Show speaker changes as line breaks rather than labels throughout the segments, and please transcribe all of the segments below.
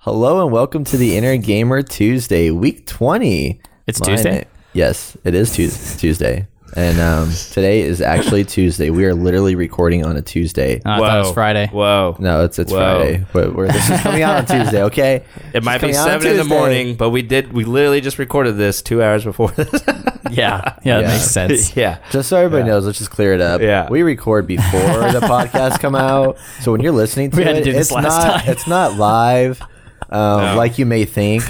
Hello and welcome to the Inner Gamer Tuesday, week 20.
It's Tuesday?
Yes, it is Tues- Tuesday. And um, today is actually Tuesday. We are literally recording on a Tuesday.
Oh, I thought it was Friday.
Whoa.
No, it's it's
Whoa.
Friday. But we're, this is coming out on Tuesday, okay?
It might be
coming out on
seven in the
Tuesday.
morning, but we did. We literally just recorded this two hours before this.
Yeah, yeah,
Yeah.
that makes sense.
yeah.
Just so everybody knows, let's just clear it up.
Yeah.
we record before the podcast come out, so when you're listening to
We
it,
had to do this
it's
last
not
time.
it's not live, um,
No.
like you may think.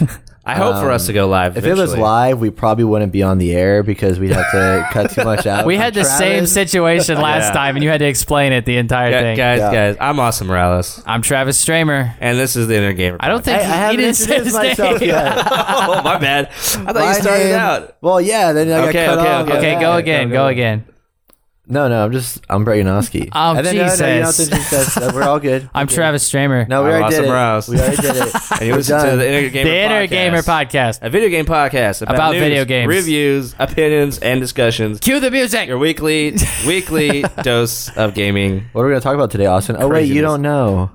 I hope for us to go live.
Um, If it was
eventually.
live, we probably wouldn't be on the air because we'd have to cut too much out.
We
from
had the
Travis.
same situation last
Yeah.
time, and you had to explain it the entire
Yeah,
thing.
guys,
Yeah.
guys, I'm Austin Morales,
I'm Travis Stramer.
and this is the Inner Gamer.
I don't
I, I
think he- he
haven't
didn't say
introduced
his name.
myself yet.
oh, my bad. I thought
My
you started
name-
out.
Well, yeah. Then I
Okay,
got cut
okay,
off.
okay.
Okay,
Yeah,
go again, go again.
No, no. I'm just I'm Brayanoski.
Oh,
and then, no, No, you don't have to
Jesus.
introduce us. uh, We're all good.
I'm Travis Stramer.
No, we
I'm
already
Austin
did
Morales.
it. We already did it.
And you
We're
listen to
done.
the Inner Gamer
the Inner
Podcast,
Gamer Podcast.
a video game podcast about,
About
news,
video games.
reviews, opinions, and discussions.
Cue the music.
Your weekly, weekly dose of gaming.
What are we gonna talk about today, Austin? Oh wait, you
Craziness.
don't know.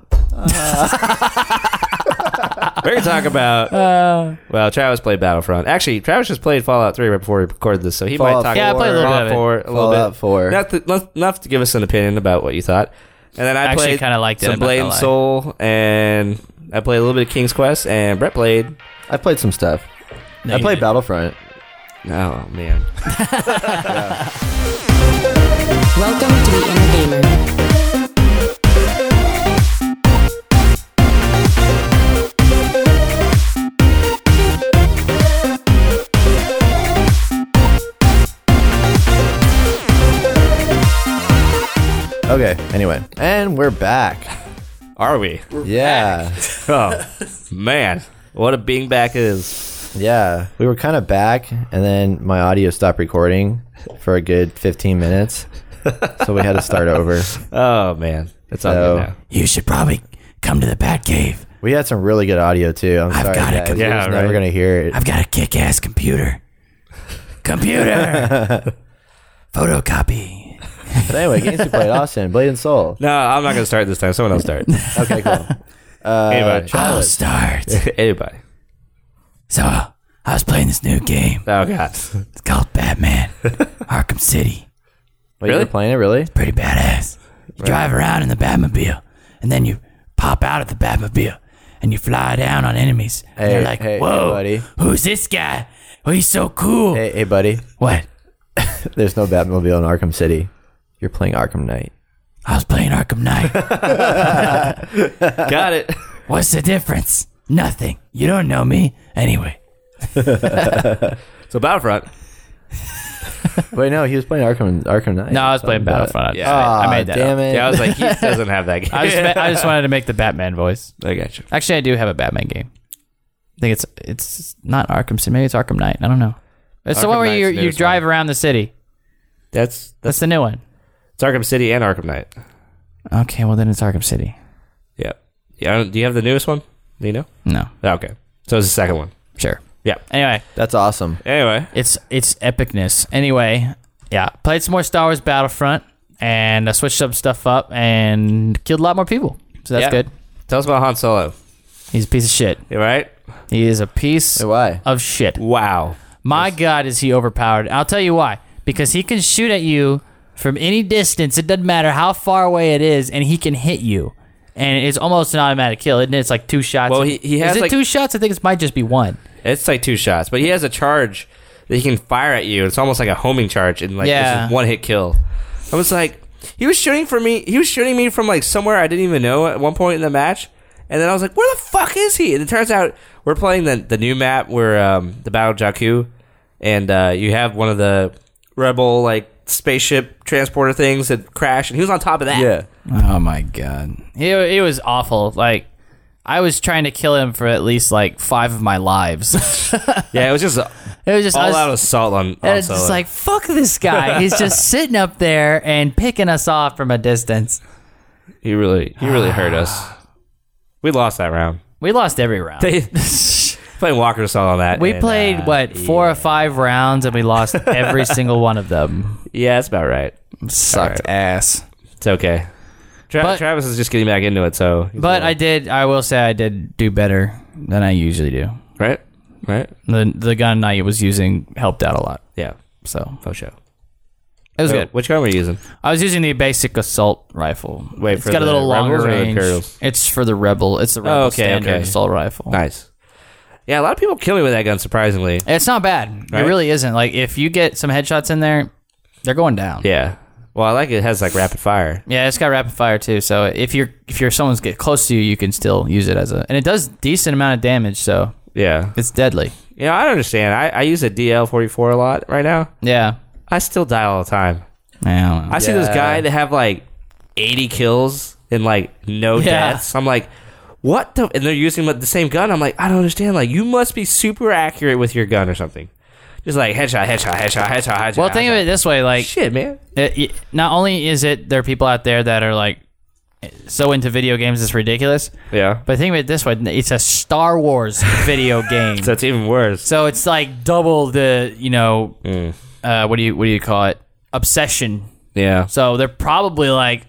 We're gonna talk about.
Uh,
well, Travis played Battlefront. Actually, Travis just played Fallout Three right before we recorded this, so he
Fallout
might talk.
Yeah, I played a little bit
Fallout
of it.
Four, a little
Fallout
bit.
Four.
Enough to, enough- enough to give us an opinion about what you thought. And then I
Actually
played
kinda liked it,
some
I'm not gonna
Blade
lie.
Soul, and I played a little bit of King's Quest, and Brett played.
I played some stuff. I played Battlefront.
Oh man,
Welcome to the Inner Gamer.
Okay. Anyway, and we're back.
are we?
yeah,
Oh man, what a being back is.
yeah. We were kind of back, and then my audio stopped recording for a good 15 minutes, so we had to start over.
Oh man, it's all
So-
good now.
You should probably come to the Batcave.
We had some really good audio too. I'm sorry,
got a
guys.
com-
You're
Yeah,
just never
right.
gonna hear it.
got a kick-ass computer. Computer. Photocopy.
But anyway, games we played: Austin, Blade and Soul.
No, I'm not gonna start this time. Someone else start.
Okay, cool. Uh,
anybody,
starts.
anybody.
So I was playing this new game.
Oh god,
It's called Batman Arkham City.
Wait, you were
Really?
playing it? Really?
Pretty badass. You drive around in the Batmobile, and then you pop out of the Batmobile, and you fly down on enemies.
Hey,
and they're like,
hey, hey,
"Whoa,
buddy.
who's this guy? Oh, he's so cool."
Hey, hey, buddy.
What?
There's no Batmobile in Arkham City. You're playing Arkham Knight.
I was playing Arkham Knight.
got it.
What's the difference? Nothing. You don't know me anyway.
So Battlefront.
Wait, no, he was playing Arkham Arkham Knight.
Yeah. I-
I made that damn it.
Yeah, I was like, he doesn't have that game.
I just wanted to make the Batman voice.
I got you.
Actually, I do have a Batman game. I think it's it's not Arkham City. Maybe it's Arkham Knight. I don't know. It's the
Arkham
one where
Knight's
you
the
you
newest
drive around the city.
That's
That's the new one.
it's Arkham City and Arkham Knight.
Okay, well then it's Arkham City.
Yeah. Yeah. I don't- Do you have the newest one? Do you know?
No,
Oh, okay. So it's the second one.
sure.
Yeah.
Anyway,
That's awesome.
Anyway.
it's it's epicness. Anyway, yeah, played some more Star Wars Battlefront, and I switched some stuff up and killed a lot more people. So that's
Yeah.
good.
Tell us about Han Solo.
He's a piece of shit.
You right?
He is a piece
Wait,
Uh,
why?
of shit.
Wow.
My God, is he overpowered? I'll tell you why. Because he can shoot at you from any distance. It doesn't matter how far away it is, and he can hit you. And it's almost an automatic kill, isn't it? It's like two shots.
Well, he- he has,
is it
like-
two shots? I think it might just be one.
It's like two shots, but he has a charge that he can fire at you. It's almost like a homing charge and like
Yeah.
it's just one hit kill. I was like, he was shooting for me. He was shooting me from like somewhere I didn't even know at one point in the match. And then I was like, where the fuck is he? And it turns out we're playing the the new map where um, the Battle of Jakku, and uh, you have one of the rebel like spaceship transporter things that crash, and he was on top of that.
Yeah.
Oh my god, it, it was awful. Like I was trying to kill him for at least like five of my lives.
yeah. It was just
it was just
all
us-
out assault on.
and
on
it's just
Solo.
like fuck this guy. He's just sitting up there and picking us off from a distance.
he really he really hurt us. We lost that round.
We lost every round.
Playing Walker Assault on that.
we
and,
played
uh,
what four or five rounds and we lost every single one of them.
Yeah, that's about right.
Sucked ass.
It's okay. Tra-
But-
Travis is just getting back into it, so.
But I did. I will say I did do better than I usually do.
right? Right?
The the gun I was using helped out a lot.
Yeah.
So
Oh, show.
it was
So,
good.
Which gun were you using?
I was using the basic assault rifle.
Wait,
it's
for
got a
the
little longer
Rebels or the
range.
Imperials?
It's for the rebel. It's the rebel
Oh, okay,
standard
okay.
assault rifle.
Nice. Yeah, a lot of people kill me with that gun. Surprisingly.
It's not bad.
Right?
It really isn't. Like if you get some headshots in there, they're going down.
Yeah. Well, I like it. has like rapid fire.
Yeah, it's got rapid fire too. So if you're if you're someone's get close to you, you can still use it as a and it does decent amount of damage. So
Yeah.
it's deadly.
You know, I don't understand. I, I use a DL44 a lot right now.
Yeah.
I still die all the time.
I don't know.
I see this
Yeah.
guy that have like 80 kills and like no
Yeah.
deaths. I'm like, what the? And they're using the same gun. I'm like, I don't understand. Like, you must be super accurate with your gun or something. Just like headshot, headshot, headshot, headshot, headshot.
well, think of it this way:
headshot.
like,
Shit, man.
it, it- not only is it there are people out there that are like so into video games, it's ridiculous.
Yeah.
But think of it this way: it's a Star Wars video game,
So it's even worse.
so it's like double the you know, uh, what do you what do you call it? Obsession.
Yeah.
So they're probably like,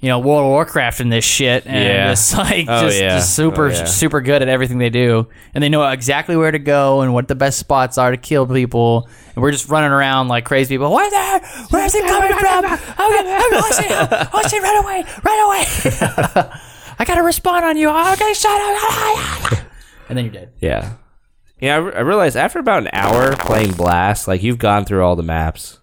you know, World of Warcraft and this shit, and
Yeah.
just like
Oh,
just,
yeah.
just super
Oh, yeah.
super good at everything they do, and they know exactly where to go and what the best spots are to kill people. And we're just running around like crazy people. Where's that? Where's it coming from? Oh, God, oh, shit! Oh shit! Run away! Run away! I gotta respond on you. Oh, okay, shut up. and then you're dead.
Yeah. Yeah, I, re- I realized after about an hour playing Blast, like you've gone through all the maps.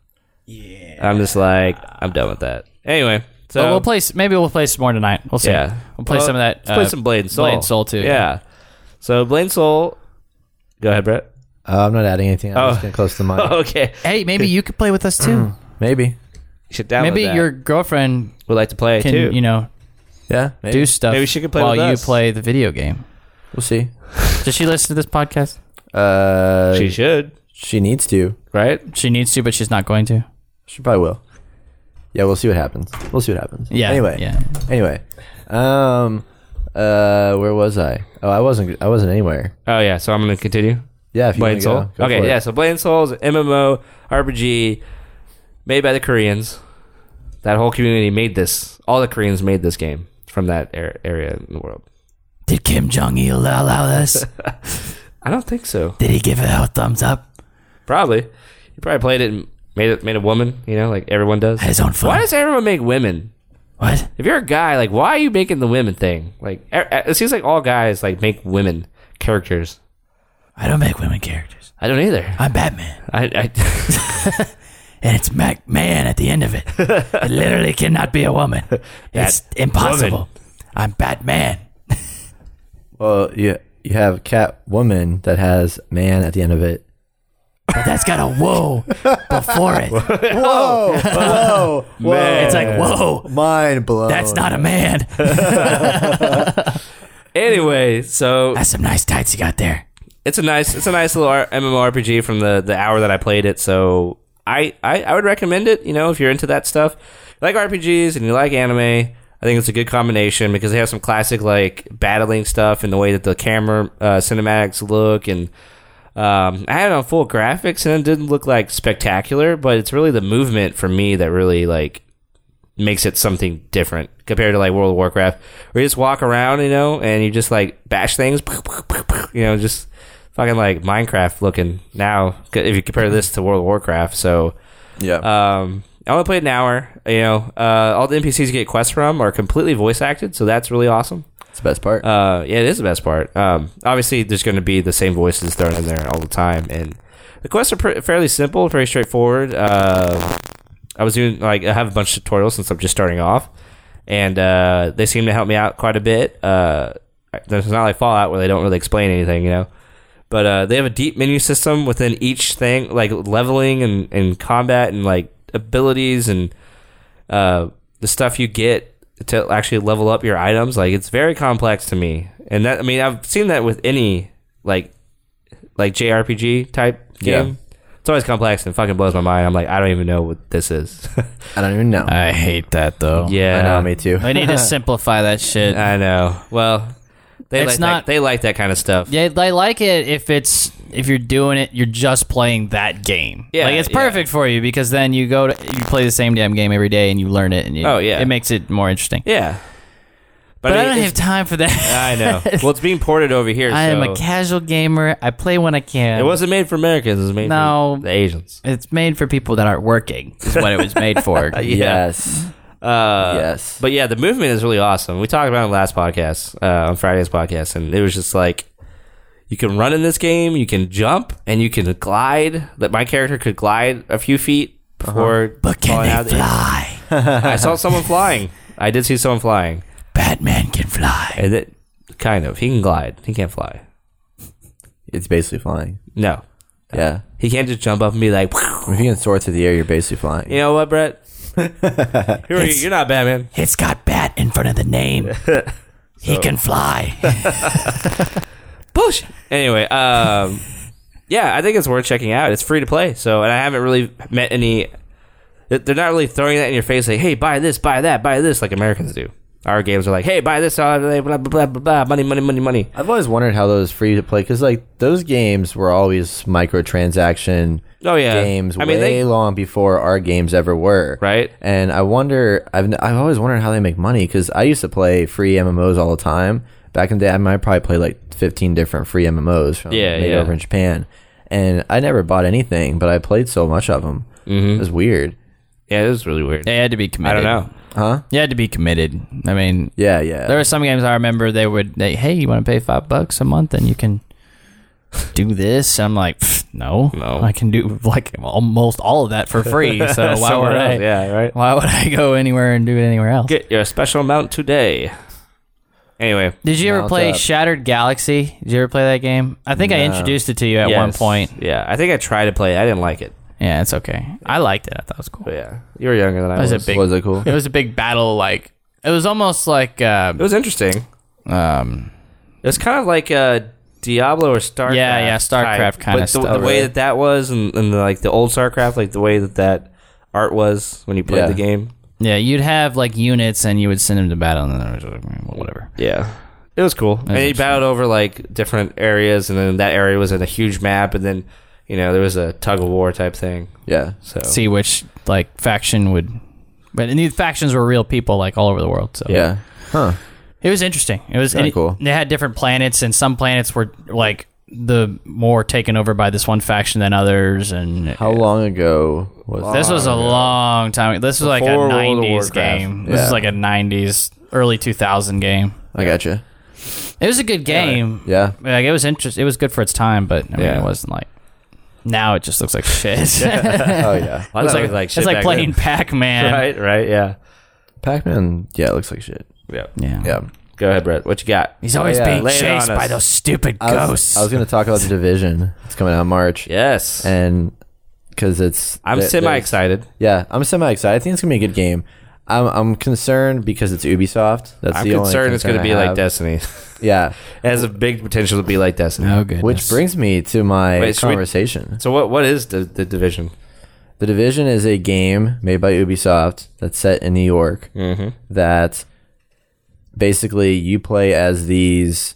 Yeah. I'm just like, I'm done with that. Anyway, so
But we'll play. s- Maybe we'll play some more tonight. We'll see.
Um, Yeah,
We'll play
Well,
some of that.
Let's play
uh,
some Blade and Soul.
Blade and Soul too.
Yeah. So Blade and Soul. Go ahead, Brett.
Uh, I'm not adding anything. I'm
Oh.
just getting close to mine.
okay.
Hey, maybe you could play with us too.
Maybe.
You should download.
maybe
that.
your girlfriend
would like to play
can
too.
you know
Yeah. Maybe.
do stuff
Maybe she could play
while
with
you
us.
play the video game.
We'll see.
Does she listen to this podcast?
Uh,
she
she,
should,
needs to.
right?
She needs to, but she's not going to.
She probably will. Yeah, we'll see what happens. We'll see what happens.
Yeah.
Anyway.
Yeah.
Anyway. Um. Uh. Where was I? Oh, I wasn't. I wasn't anywhere.
Oh yeah. So I'm gonna continue.
Yeah. If you
Blade
want
and
to go,
Soul.
go for
okay.
it.
Yeah. So Blade and Soul is an MMO RPG made by the Koreans. That whole community made this. All the Koreans made this game from that ar- area in the world.
Did Kim Jong Il allow this?
I don't think so.
Did he give it a thumbs up?
Probably. You probably played it and made it made a woman. You know, like everyone does.
His own fun.
Why does everyone make women?
What?
If you're a guy, like, why are you making the women thing? Like, e- it seems like all guys like make women characters.
I don't make women characters.
I don't either.
I'm Batman,
I, I
and it's Mac Man at the end of it. it literally cannot be a woman. It's impossible. I'm Batman.
Well, you you have cat woman that has man at the end of it.
But that's got a whoa before it.
Whoa! Whoa! whoa.
It's like, whoa,
Mind blown.
that's not a man.
anyway, so
That's some nice tights you got there.
it's a nice, it's a nice little R- MMORPG from the the hour that I played it. So I, I I would recommend it. You know, if you're into that stuff, you like RPGs and you like anime. I think it's a good combination because they have some classic like battling stuff and the way that the camera uh, cinematics look and Um, I had it on full graphics and it didn't look like spectacular, but it's really the movement for me that really like makes it something different compared to like World of Warcraft, where you just walk around, you know, and you just like bash things, you know, just fucking like Minecraft looking now c- if you compare this to World of Warcraft. So,
Yeah.
um, I only played an hour, you know, uh, all the NPCs you get quests from are completely voice acted, so that's really awesome.
it's the best part.
Uh, yeah, it is the best part. Um, obviously, there's going to be the same voices thrown in there all the time, and the quests are pr- fairly simple, very straightforward. Uh, I was doing like I have a bunch of tutorials since I'm just starting off, and uh, they seem to help me out quite a bit. Uh, there's not like Fallout where they don't really explain anything, you know. But uh, they have a deep menu system within each thing, like leveling and, and combat and like abilities and uh, the stuff you get to actually level up your items. Like it's very complex to me, and that I mean I've seen that with any like like JRPG type game. It's always complex and fucking blows my mind. I'm like, I don't even know what this is.
I don't even know.
I hate that though.
I
yeah,
know. Me too.
We need to simplify that shit.
I know. Well, they
It's
like
not-
that, they like that kind of stuff.
yeah, I like it if it's if you're doing it, you're just playing that game.
Yeah,
like it's
yeah.
perfect for you because then you go to you play the same damn game every day and you learn it and you,
Oh, yeah.
it makes it more interesting.
Yeah.
But I
mean,
don't have
it's-
time for that.
I know. Well, it's being ported over here.
I am
so-
a casual gamer. I play when I can.
It wasn't made for Americans. It was made
No.
for the Asians.
It's made for people that aren't working. Is what it was made for.
Yes.
Uh,
Yes.
But yeah, the movement is really awesome. We talked about it last podcast, uh, on Friday's podcast, and it was just like you can run in this game, you can jump, and you can glide. That my character could glide a few feet before
But can
falling out
they
of Oh, the-
fly?
I saw someone flying. I did see someone flying.
Batman can fly.
And it, kind of. He can glide. He can't fly.
It's basically flying.
No.
Yeah.
He can't just jump up and be like,
If you can soar through the air, you're basically flying.
you know what, Brett? Who are you?
It's-
You're not Batman.
It's got bat in front of the name. He can fly.
Bullshit. Anyway, um, yeah, I think it's worth checking out. It's free to play, so and I haven't really met any. They're not really throwing that in your face, like, "Hey, buy this, buy that, buy this," like Americans do. Our games are like, "Hey, buy this, blah blah blah blah blah, blah money, money, money, money."
I've always wondered how those free to play because like those games were always microtransaction
Oh yeah,
games
I mean,
way
they,
long before our games ever were.
Right.
And I wonder. I've I've always wondered how they make money because I used to play free MMOs all the time. Back in the day, I might probably play like fifteen different free MMOs from
Yeah,
made
yeah.
over in Japan, and I never bought anything, but I played so much of them.
Mm-hmm.
It was weird.
yeah, it was really weird.
They had to be
I
committed.
don't know.
You had to be committed. I mean,
Yeah, yeah.
there were some games I remember they would, they, hey, you want to pay five bucks a month and you can do this? And I'm like, "Pfft, no,
No.
I can do like almost all of that for free. So why
Somewhere
would I?
else, yeah, right.
Why would I go anywhere and do it anywhere else?
Get your special amount today. Anyway,
Did you ever
Mount
play
up.
Shattered Galaxy? Did you ever play that game? I think I introduced it to you at one
yes.
point.
yeah, I think I tried to play. it. I didn't like it.
Yeah, it's okay. I liked it. I thought it was cool.
But yeah, you were younger than I was.
was a big-
was it cool?
It was a big battle. Like it was almost like uh,
It was interesting.
um,
It's kind of like uh, Diablo or StarCraft.
Yeah, yeah, StarCraft
type,
kinda
but the,
stuff.
the way that that was, and, and the, like the old StarCraft, like the way that that art was when you played
Yeah.
the game.
yeah. You'd have like units, and you would send them to battle, and then it was like, mm, whatever.
Yeah, it was cool. and you
interesting.
battled over like different areas, and then that area was in a huge map, and then you know there was a tug of war type thing.
Yeah.
So
See which like faction would. But and these factions were real people, like all over the world. So
Yeah. Huh.
It was interesting. It was
Kinda
and it-
cool.
They had different planets, and some planets were like the more taken over by this one faction than others. And
How long ago was
this was a long time. This was like a
Before World of
'90s
Warcraft.
game. This is
Yeah.
like a '90s, early 2000 game.
I gotcha.
It was a good game.
Yeah.
Like it was interesting. It was good for its time, but I mean,
Yeah.
it wasn't like. Now it just looks like shit.
Oh yeah.
Well, I
it's
thought
like,
it was,
it's
shit
like
back
playing
then.
Pac Man.
Right, right, yeah,
Pac Man. Yeah, it looks like shit.
yeah,
Yeah. Oh,
Yeah.
Go ahead, Brett. What you got?
He's always
yeah.
being
Lay it
chased
on
by
us.
those stupid
I was-
ghosts.
I was, going to talk about the division. It's coming out in March,
Yes,
and because it's
I'm
there-
semi
there's-
excited.
Yeah, I'm semi excited. I think it's gonna be a good game. I'm I'm concerned because it's Ubisoft. That's
I'm
the only
concerned it's
concern
going to
I
be like
have.
Destiny.
Yeah,
it has a big potential to be like Destiny.
oh, goodness.
which brings me to my
Wait, should we-
conversation.
So what? What is the, the division?
The Division is a game made by Ubisoft that's set in New York
Mm-hmm.
that basically you play as these.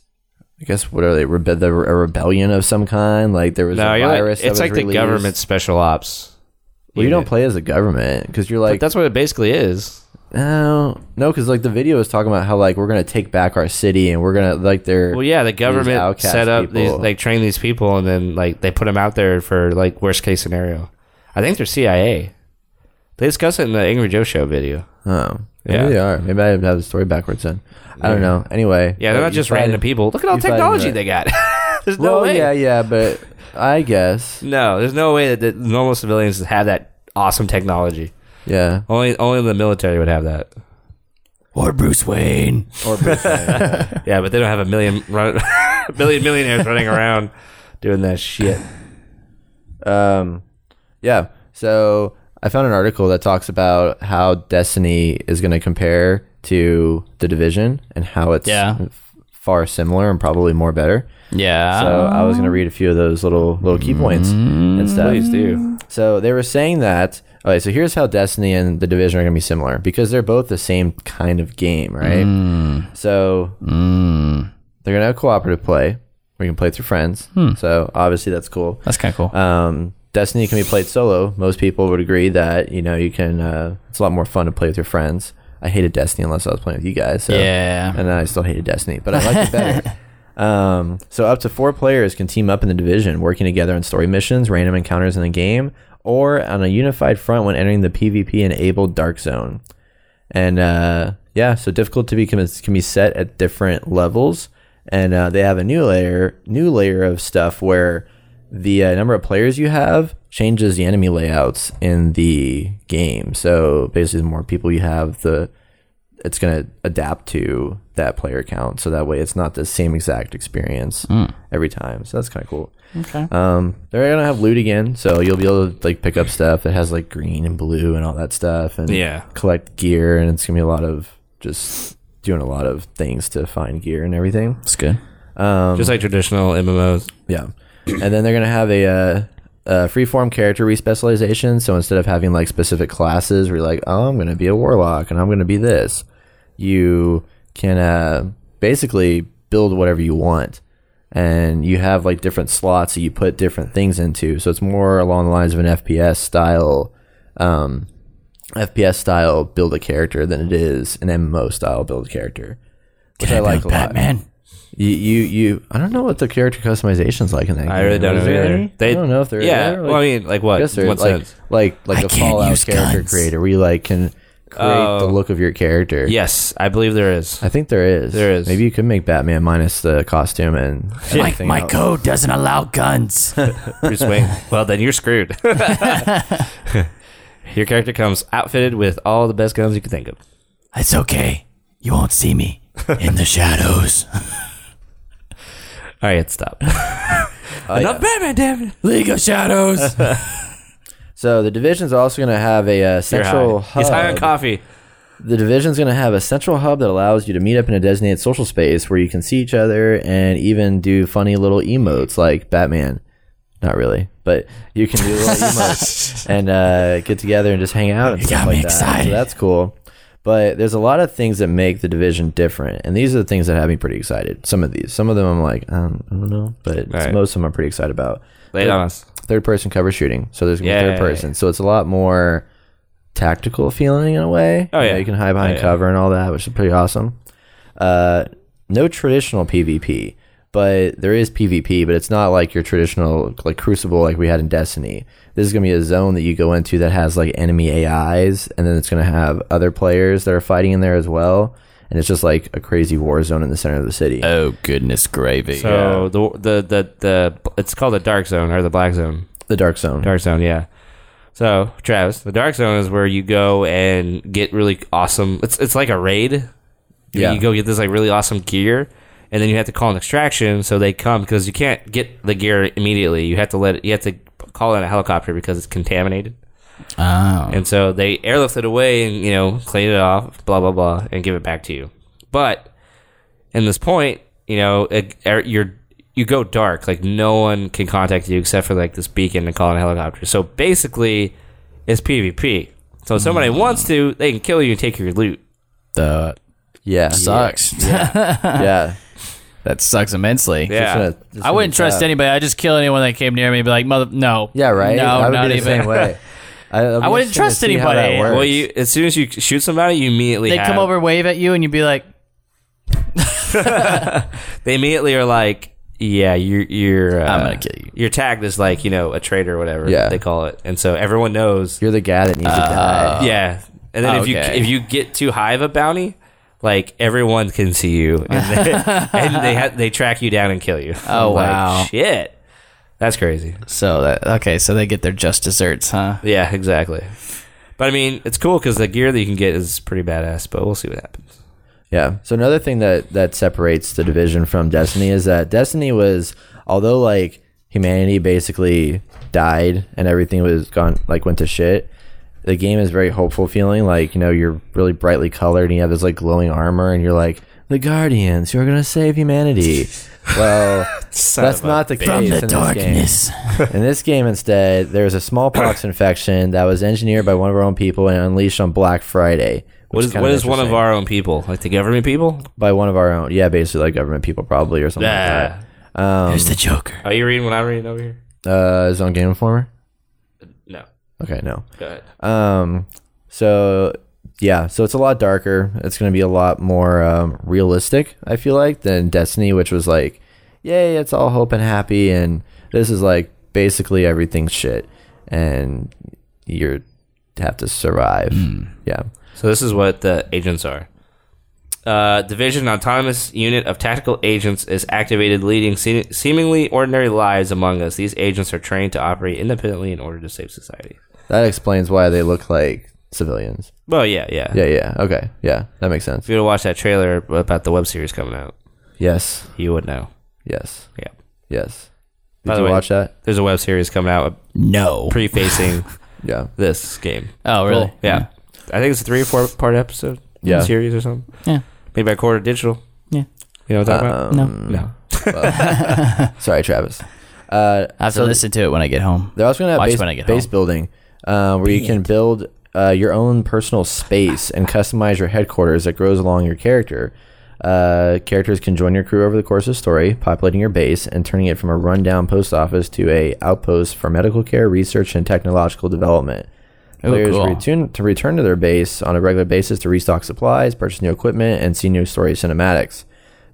I guess what are they? Rebe- the, a rebellion of some kind? Like there was
No,
a
you're like-
virus. that
it's
was
like the
released.
government special ops.
Well, you don't play as a government because you're
But
like
that's what it basically is.
No, Uh, no, because like the video is talking about how like we're gonna take back our city and we're gonna like they're
Well, yeah, the government
outcast
set up these,
people.
like train these people, and then like they put them out there for like worst case scenario. I think they're CIA. They discuss it in the Angry Joe show video.
oh maybe
Yeah.
they are. Maybe I have the story backwards then. I don't know. Anyway, uh,
Yeah, they're
but
not
you
just
fight-
random people. Look at all
you fight
technology
in the-
they got. there's no
Well,
way.
yeah, yeah, but I guess
No, there's no way that the normal civilians have that awesome technology.
yeah.
Only, only the military would have that.
or Bruce Wayne.
Or
Yeah, but they don't have a million run, million millionaires running around doing that shit.
um, yeah. So I found an article that talks about how Destiny is gonna compare to the Division and how it's
Yeah.
f- far similar and probably more better.
Yeah.
So I was gonna read a few of those little little key points and stuff.
Mm-hmm. Please do.
So they were saying that. Okay, so here's how Destiny and the Division are going to be similar because they're both the same kind of game, right?
Mm.
So they're going to have cooperative play where you can play through friends.
Hmm.
So obviously that's cool.
That's kind of cool.
Um, Destiny can be played solo. Most people would agree that you know you can. Uh, it's a lot more fun to play with your friends. I hated Destiny unless I was playing with you guys. So.
Yeah.
And then I still hated Destiny, but I liked it better. Um, so up to four players can team up in the division, working together on story missions, random encounters in the game, or on a unified front when entering the PvP-enabled Dark Zone. And uh, yeah, so difficult to be can, can be set at different levels, and uh, they have a new layer, new layer of stuff where the uh, number of players you have changes the enemy layouts in the game. So basically, the more people you have, the it's going to adapt to that player count so that way it's not the same exact experience every time so that's kind of cool okay um they're gonna have loot again so you'll be able to like pick up stuff that has like green and blue and all that stuff and
Yeah.
collect gear and it's gonna be a lot of just doing a lot of things to find gear and everything
That's good.
Um,
Just like traditional MMOs.
yeah. And then they're going to have a, uh, a freeform character respecialization. So instead of having like specific classes where you're like, oh, I'm going to be a warlock and I'm going to be this, you can uh, basically build whatever you want. And you have like different slots that you put different things into. So it's more along the lines of an FPS style, um, FPS style build a character than it is an MMO style build a character. Which I, like a lot.
Batman.
You, you, you, I don't know what the character customization's like in that.
I
game.
really don't
Is
know
there
either.
any?
They-
I don't know if there.
yeah,
Are.
well, I mean, like what?
I guess there,
In
like,
what
like,
sense?
like, like
I
a
can't
Fallout
use
character
guns.
creator where you like can create the
Oh.
look of your character.
Yes, I believe there is.
I think there is.
There is.
Maybe you could make Batman minus the costume and
Like
everything
my
else.
code doesn't allow guns.
Bruce Wayne. Well, then you're screwed. Your character comes outfitted with all the best guns you can think of.
it's okay. You won't see me in the shadows.
All right, stop.
Oh, yeah.
Enough Batman, damn it.
League of Shadows.
So the division's also going to have a uh,
You're
central
high. He's high on
hub.
coffee.
the division's going to have a central hub that allows you to meet up in a designated social space where you can see each other and even do funny little emotes like Batman. Not really, but you can do little emotes and uh, get together and just hang out and
You
stuff
got me
like that. So
excited.
that's cool. But there's a lot of things that make the division different, and these are the things that have me pretty excited. Some of these, some of them, I'm like, um, I don't know, but
Right.
most of them I'm pretty excited about
Lay it on us.
third person cover shooting. So there's gonna be
Yay.
third person. So it's a lot more tactical feeling in a way.
Oh,
You know,
yeah.
you can hide behind
yeah.
cover and all that, which is pretty awesome. Uh, no traditional PvP, but there is PvP, but it's not like your traditional like Crucible like we had in Destiny. This is gonna be a zone that you go into that has like enemy AIs, and then it's gonna have other players that are fighting in there as well. And it's just like a crazy war zone in the center of the city.
oh goodness gravy.
So the, the the the it's called the dark zone or the black zone.
the dark zone.
Dark zone, yeah. So Travis, the dark zone is where you go and get really awesome. It's it's like a raid.
Yeah.
You go get this like really awesome gear, and then you have to call an extraction so they come because you can't get the gear immediately. You have to let it, you have to call in a helicopter because it's contaminated.
oh.
And so they airlift it away and, you know, clean it off, blah, blah, blah, and give it back to you. But in this point, you know, it, er, you're, you go dark. Like, no one can contact you except for, like, this beacon and calling a helicopter. So basically, it's PvP. So if somebody
Mm.
wants to, they can kill you and take your loot.
The
Yeah.
sucks.
Yeah.
that sucks immensely.
Just
Yeah.
gonna- just
I wouldn't
gonna-
trust anybody. I would just kill anyone that came near me. and Be like, mother, no.
Yeah, right.
No,
I would
not
be the
even.
same way. I, I'll be
I wouldn't
interested to
trust
see how that
anybody.
works.
Well, you, as soon as you shoot somebody, you immediately
They come
have-
over, wave at you, and you'd be like,
They immediately are like, yeah, you're you're uh,
I'm gonna kill you.
You're tagged as like you know a traitor or whatever
Yeah.
they call it, and so everyone knows
You're the guy that needs to
Uh,
die.
Yeah, and then if you
Okay.
if you get too high of a bounty, like everyone can see you, and they and they, ha- they track you down and kill you.
Oh,
Like,
wow.
shit, that's crazy.
so that okay, so they get their just desserts, huh?
Yeah, exactly. But I mean, it's cool because the gear that you can get is pretty badass. But we'll see what happens.
Yeah. So another thing that that separates the division from Destiny is that Destiny was, although like humanity basically died and everything was gone, like went to shit. The game is very hopeful feeling. Like you know, you're really brightly colored and you have this like glowing armor, and you're like the guardians who are gonna save humanity. Well, that's not the case
From the
in This game.
darkness.
In this game, instead, there was a smallpox infection that was engineered by one of our own people and unleashed on Black Friday.
What is
kind
what is one of
interesting.
our own people? Like the government people?
by one of our own? Yeah, basically like government people, probably or
Uh,
something
Yeah.
Who's the Joker?
Are you reading what I'm reading over here?
like that. Uh, is it on Game Informer?
No.
Okay, no.
Go ahead.
Um, so yeah, so it's a lot darker. It's going to be a lot more um, realistic, I feel like, than Destiny, which was like, yay, it's all hope and happy. And this is like basically everything's shit. And you have to survive.
Hmm.
Yeah.
So this is what the agents are. Uh, Division Autonomous Unit of Tactical Agents is activated, leading se- seemingly ordinary lives among us. These agents are trained to operate independently in order to save society.
That explains why they look like civilians.
Well, yeah, yeah.
Yeah, yeah. Okay. Yeah, that makes
If
sense.
you would have watched that trailer about the web series coming out,
Yes.
you would know.
Yes.
Yeah.
Yes. Did
By the
you
way-
watch that?
There's a web series coming out
No.
prefacing
Yeah.
this game.
Oh, really?
Cool.
Yeah. I think it's a three or four part episode
Mm-hmm. Yeah.
series or something.
Yeah.
Made by Quarter Digital.
Yeah.
You know what I'm talking about?
No.
Um,
No.
well, sorry, Travis. Uh,
I have to listen to it when I get home.
they're also going to
Watch
have
when I
base,
get
base
home.
building uh, where you can build uh, your own personal space and customize your headquarters that grows along your character. Uh, characters can join your crew over the course of the story, populating your base and turning it from a rundown post office to a outpost for medical care, research, and technological development.
Oh,
Players
cool.
return to return to their base on a regular basis to restock supplies, purchase new equipment, and see new story cinematics.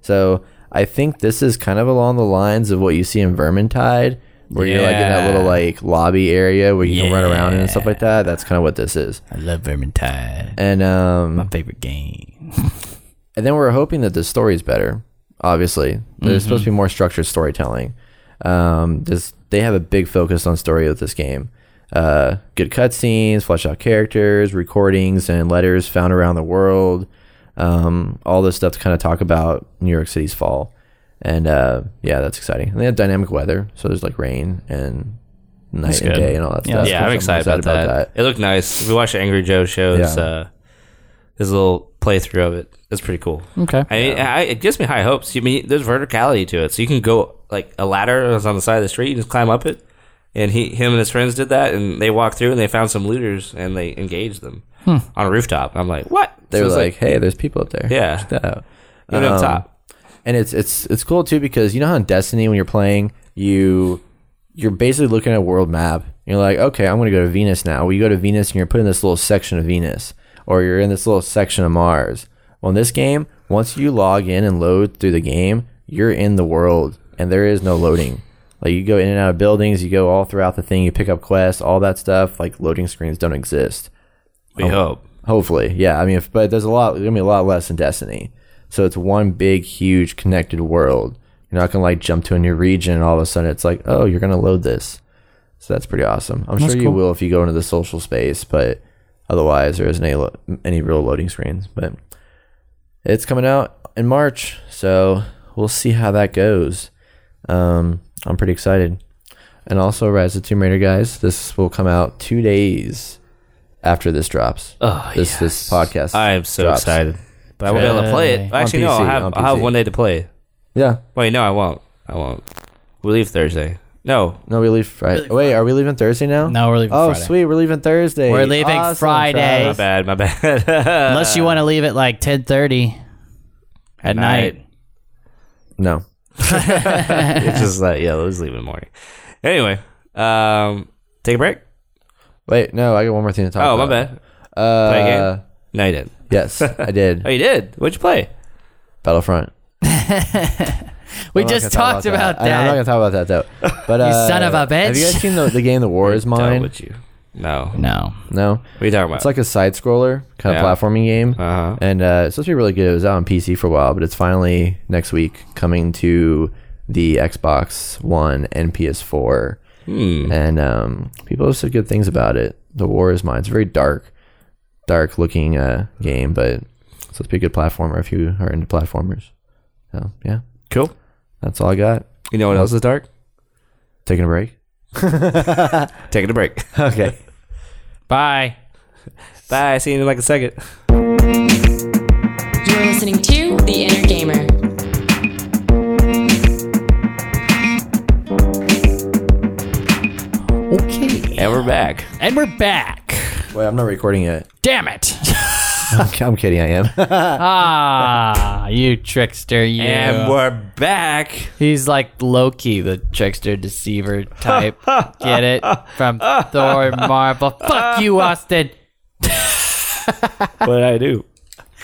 So I think this is kind of along the lines of what you see in Vermintide, where you're like in that little like lobby area where you can run around in and stuff like that. That's kind of what this is.
I love Vermintide.
And um,
My favorite game.
and then we're hoping that the story is better. Obviously, there's supposed
Mm-hmm.
to be more structured storytelling. Um, this they have a big focus on story with this game. Uh, good cutscenes, flesh out characters, recordings, and letters found around the world. Um, all this stuff to kind of talk about New York City's fall, and uh, yeah, that's exciting. And they have dynamic weather, so there's like rain and night and
good.
day and all that stuff.
Yeah, that's
So
Yeah, I'm excited about, that. It looked nice. If you watch the Angry Joe show, it's,
Yeah.
uh, there's a little playthrough of it. It's pretty cool.
Okay.
I mean, I, it gives me high hopes. You mean there's verticality to it, so you can go like a ladder that's on the side of the street. You just climb up it, and he, him, and his friends did that, and they walked through and they found some looters and they engaged them on a rooftop. I'm like, what?
Hmm. They
So
were
it's
like, "Hey, there's people up there.
Yeah.
check that out."
even up
um,
top.
and it's it's it's cool too because you know how in Destiny when you're playing you you're basically looking at a world map. You're like, okay, I'm gonna go to Venus now. Well, you go to Venus and you're put in this little section of Venus, or you're in this little section of Mars. Well, in this game, once you log in and load through the game, you're in the world, and there is no loading. Like you go in and out of buildings, you go all throughout the thing, you pick up quests, all that stuff. Like loading screens don't exist. Oh.
We hope.
Hopefully, yeah. I mean, if, but there's a lot. There's gonna be a lot less in Destiny, so it's one big, huge, connected world. You're not gonna like jump to a new region and all of a sudden it's like, oh, you're gonna load this. So that's pretty awesome. I'm sure you will if you go into the social space, but otherwise there isn't any, lo- any real loading screens. But it's coming out in March, so we'll see how that goes. Um, I'm pretty excited. And also, Rise of the Tomb Raider, guys, this will come out two days after this drops.
Oh,
this this podcast.
I am so
drops.
excited, but I won't be able to play it.
Yay.
Actually, no,
On
I'll
PC,
have,
on
I'll have
PC.
one day to play.
Yeah.
Wait, no, I won't. I won't. We leave Thursday. No,
No, we leave Friday. Wait, are we leaving Thursday now?
No, we're leaving
Oh,
Friday.
sweet, we're leaving Thursday.
We're leaving
Awesome,
Friday.
Travis.
my bad, my bad.
Unless you want to leave at like 10:30 at night.
No.
it's just like, yeah, let's leave in the morning. Anyway, um, take a break.
Wait, no, I got one more thing to talk
Oh, my
about.
bad.
Uh,
Play a game? No, you didn't.
Yes, I did.
Oh, you did. What'd you play?
Battlefront.
We
I'm not
just
gonna talk
talked about
I know, I'm
that.
not going to talk about that, though. But, uh,
son of a
Have you
bitch.
guys seen the, the game The War Is
Done
Mine?
with you. No. What
no.
No?
are you talking about?
It's like a side scroller kind
Yeah.
of platforming game.
Uh-huh.
And uh, it's supposed to be really good. It was out on PC for a while, but it's finally next week coming to the Xbox One and PS4.
Hmm.
And um, people have said good things about it. The War Is Mine. It's a very dark, dark looking uh, game, but it's supposed to be a good platformer if you are into platformers. So, yeah,
Cool.
that's all I got.
You know what else is dark?
Taking a break.
Taking a break.
Okay.
Bye.
Bye. See you in like a second.
You're listening to The Inner Gamer.
Okay.
And we're back.
And we're back.
Wait, I'm not recording yet.
Damn it.
I'm kidding. I am.
ah, you trickster. You.
And we're back.
He's like Loki, the trickster deceiver type. Get it? From Thor Marvel. Fuck you, Austin.
but I do.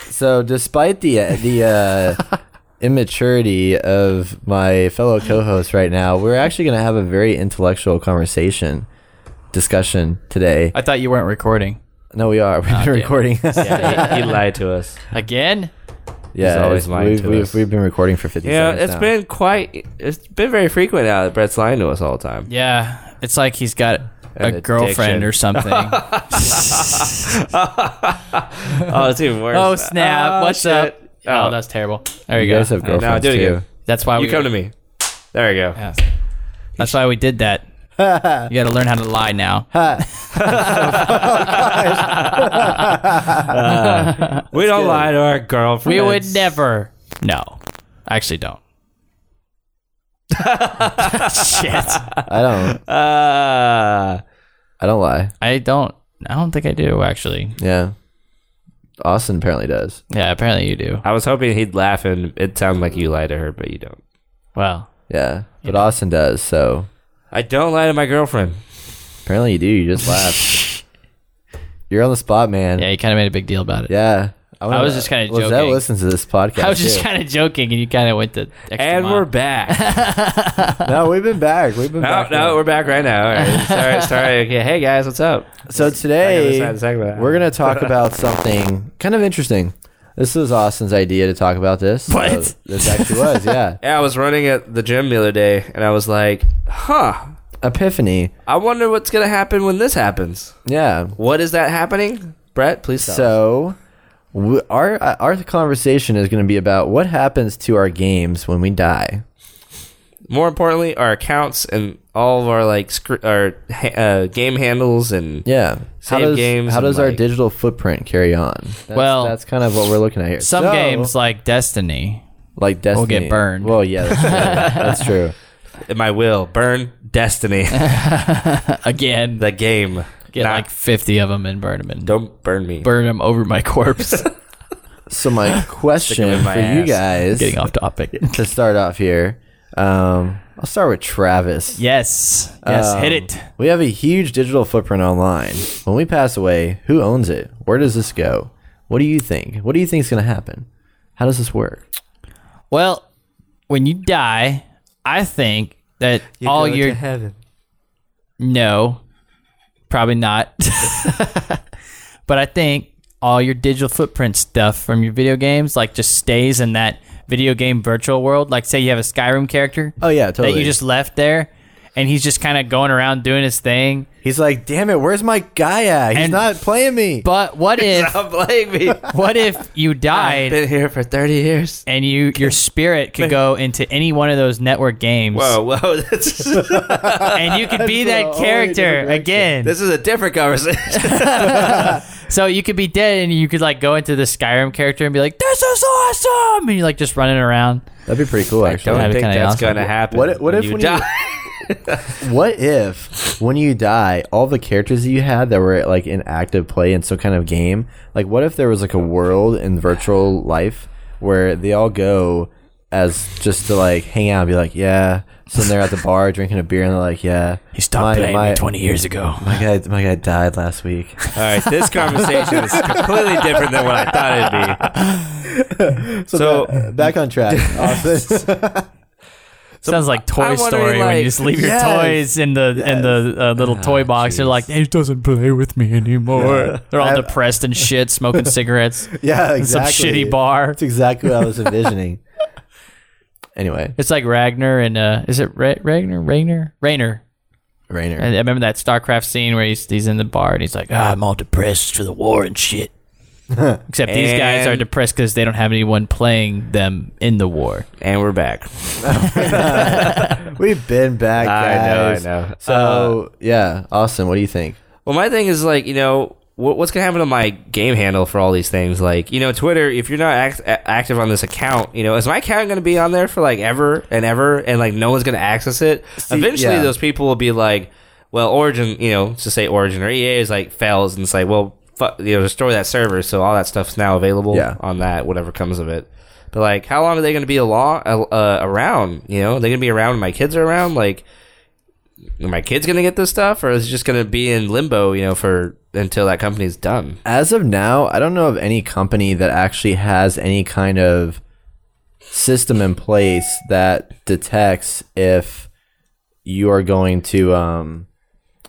So, despite the the uh, immaturity of my fellow co-host right now, we're actually going to have a very intellectual conversation discussion today.
I thought you weren't recording.
No, we are. We've been recording.
Ah, Yeah, he, he lied to us.
Again?
yeah,
always
it's-
lying
we've,
to
we've,
us.
we've been recording for 50
Yeah,
seconds
it's
now.
been quite. It's been very frequent now that Brett's lying to us all the time.
Yeah. It's like he's got a
addiction.
girlfriend or something.
Oh, it's even worse.
oh, snap.
Oh,
What's
shit.
up?
Oh.
Oh, that's terrible. There you,
You
go.
guys have
Hey,
girlfriends
now do it
too.
again.
that's why
Oh, You
we
come to me. There we go.
Yeah. That's why we did that. you got to learn how to lie now.
we don't lie to our girlfriends.
We would never. No, I actually don't. Shit,
I don't.
Uh,
I don't lie.
I don't. I don't think I do actually.
Yeah. Austin apparently does.
Yeah, apparently you do.
I was hoping he'd laugh, and it sounded like you lie to her, but you don't.
Well,
Yeah. But Austin does, so
I don't lie to my girlfriend.
apparently you do. You just laugh. You're on the spot, man.
yeah, you kind of made a big deal about it.
Yeah. wanna-
I was just kinda
Lizette
joking.
listens to this podcast.
I was just
too.
kind of joking, and you kind of went the extra
And
mile.
we're back.
no, we've been back. We've been
no,
back.
no, we're back right now. All right. Sorry, sorry. Okay. Hey guys, what's up?
So today
I gotta decide about that.
we're gonna talk about something kind of interesting. This was Austin's idea to talk about this.
What?
So this actually was, yeah.
Yeah, I was running at the gym the other day, and I was like, "Huh,
Epiphany.
I wonder what's gonna happen when this happens.
Yeah.
What is that happening, Brett? Please tell. us.
So w- our uh, our conversation is going to be about what happens to our games when we die.
More importantly, our accounts and all of our like scr- our ha- uh, game handles and
Yeah. how
Save
does,
games
how
and,
does our
like-
digital footprint carry on? That's,
Well,
that's kind of what we're looking at here.
Some
So,
games like Destiny,
like Destiny,
get burned.
Well, yeah, that's true. that's true.
my will burn destiny
again,
the game.
get
Not-
like fifty of them and burn them and
don't burn me.
burn them over my corpse.
So my question
in
for
my
you
ass.
guys
Getting off topic.
to start off here, um, I'll start with Travis.
Yes, yes,
Um,
hit it.
We have a huge digital footprint online. When we pass away, who owns it? Where does this go? What do you think? What do you think is going to happen? How does this work?
Well, when you die, I think that all your
heaven.
no, probably not. but I think all your digital footprint stuff from your video games like just stays in that video game virtual world. Like say you have a Skyrim character
Oh yeah, totally.
that you just left there and he's just kind of going around doing his thing.
He's like, damn it, where's my guy at? He's
And-
not playing me.
But what if
Stop blaming me.
what if
Ah,
you
I've
died
been here for thirty years.
and you your spirit could go into any one of those network games
Whoa, whoa! This is,
and you could be
a
that
whole different
character
direction.
again.
this is a different conversation.
So you could be dead and you could like go into the Skyrim character and be like, "This is awesome!" and you're like just running around.
That'd be pretty cool,
Don't
actually.
That'd be
think
kinda
that's
awesome.
gonna happen.
What- what if
you
when you-
die?
What if when you die, all the characters that you had that were like in active play in some kind of game, like what if there was like a world in virtual life where they all go as just to like hang out and be like, yeah, sitting there at the bar drinking a beer and they're like, yeah, he
years ago.
My guy, my guy died last week.
All right, this conversation is completely different than what I thought it'd be. So-
ba- back on track. Austin.
Sounds like Toy
I'm wondering,
Story when
like-
you just leave your
Yes. Ah,
toys in the in the uh, little toy box. They're like, "It doesn't play with me anymore." They're all
I-
depressed and shit, smoking cigarettes
yeah,
in some
exactly.
shitty bar.
That's exactly what I was envisioning. anyway,
It's like Ragnar and uh, is it Ra- Ragnar? Ragnar? Rainer?
Rainer.
I I remember that StarCraft scene where he's, he's in the bar and he's like, ah, I'm all depressed for the war and shit. Except these guys are
And-
depressed because they don't have anyone playing them in the war.
And we're back.
We've been back,
I
guys.
know, Uh, I know.
So yeah, Austin, what do you think?
Well, my thing is like you know wh- what's gonna happen to my game handle for all these things. Like you know, Twitter. If you're not act- a- active on this account, you know, is my account gonna be on there for like ever and ever, and like no one's gonna access it? Eventually,
yeah.
those people will be like, well, Origin, you know, to say Origin or EA is like fails and it's like, well, fu- you know, destroy that server. So all that stuff's now available
Yeah.
on that, whatever comes of it. But like, how long are they gonna be a uh, around? You know, are they gonna be around when my kids are around? Like, are my kids gonna get this stuff, or is it just gonna be in limbo? You know, for until that company's done.
As of now, I don't know of any company that actually has any kind of system in place that detects if you are going to um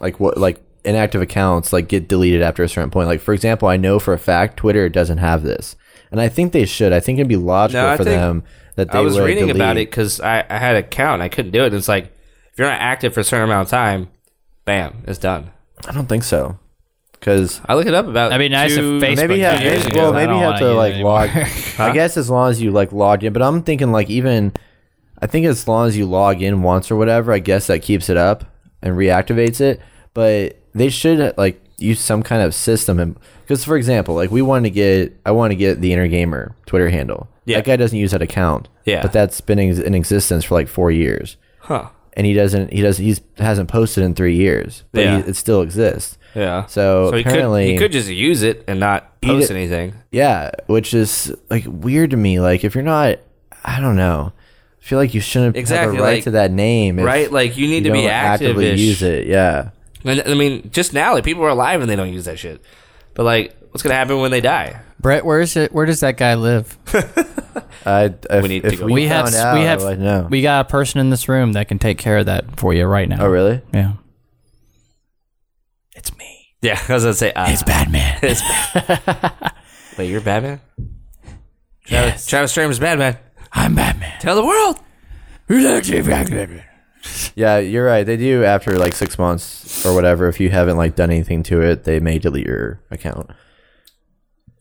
like what like inactive accounts like get deleted after a certain point. Like for example, I know for a fact Twitter doesn't have this. And I think they should. I think it'd be logical
No, I
for
think-
them that they
I was
would
reading about
delete-
it because I, I had an account and I couldn't do it. And it's like if you're not active for a certain amount of time, bam, it's done.
I don't think so. Cuz
I looked it up about.
That'd be nice if
two-
Facebook
maybe you
did
have,
it
maybe,
because
well
I
maybe
don't
you have
wanna
to
use it
like
anymore.
log i guess as long as you like log in but i'm thinking like even i think as long as you log in once or whatever i guess that keeps it up and reactivates it but they should like use some kind of system and because for example like we want to get i want to get the inner gamer twitter handle
Yeah.
that guy doesn't use that account
Yeah.
but that's been ex- in existence for like four years
Huh.
and he doesn't he doesn't he's hasn't posted in three years but
Yeah.
he, it still exists
Yeah.
So
he could-
apparently-
he could, just use it and not
it.
post anything.
Yeah, which is like weird to me. Like if you're not, I don't know. I feel like you shouldn't
Exactly,
have a right
like-
to that name, if
right? Like you need
you
to be
don't
active.
actively use it. Yeah,
And, I mean, just now, like people are alive and they don't use that shit. But like, what's gonna happen when they die?
Brett, where is it? Where does that guy live?
I, if,
We need
if
to go-
we,
We have
found out,
we have
I would know.
we got a person in this room that can take care of that for you right now.
oh really?
Yeah. It's me.
Yeah, I was gonna say. Uh,
It's Batman.
wait, you're Batman.
yes.
Travis Stramer's Batman.
I'm Batman.
Tell the world.
Yeah, you're right. They do after like six months or whatever. If you haven't like done anything to it, they may delete your account.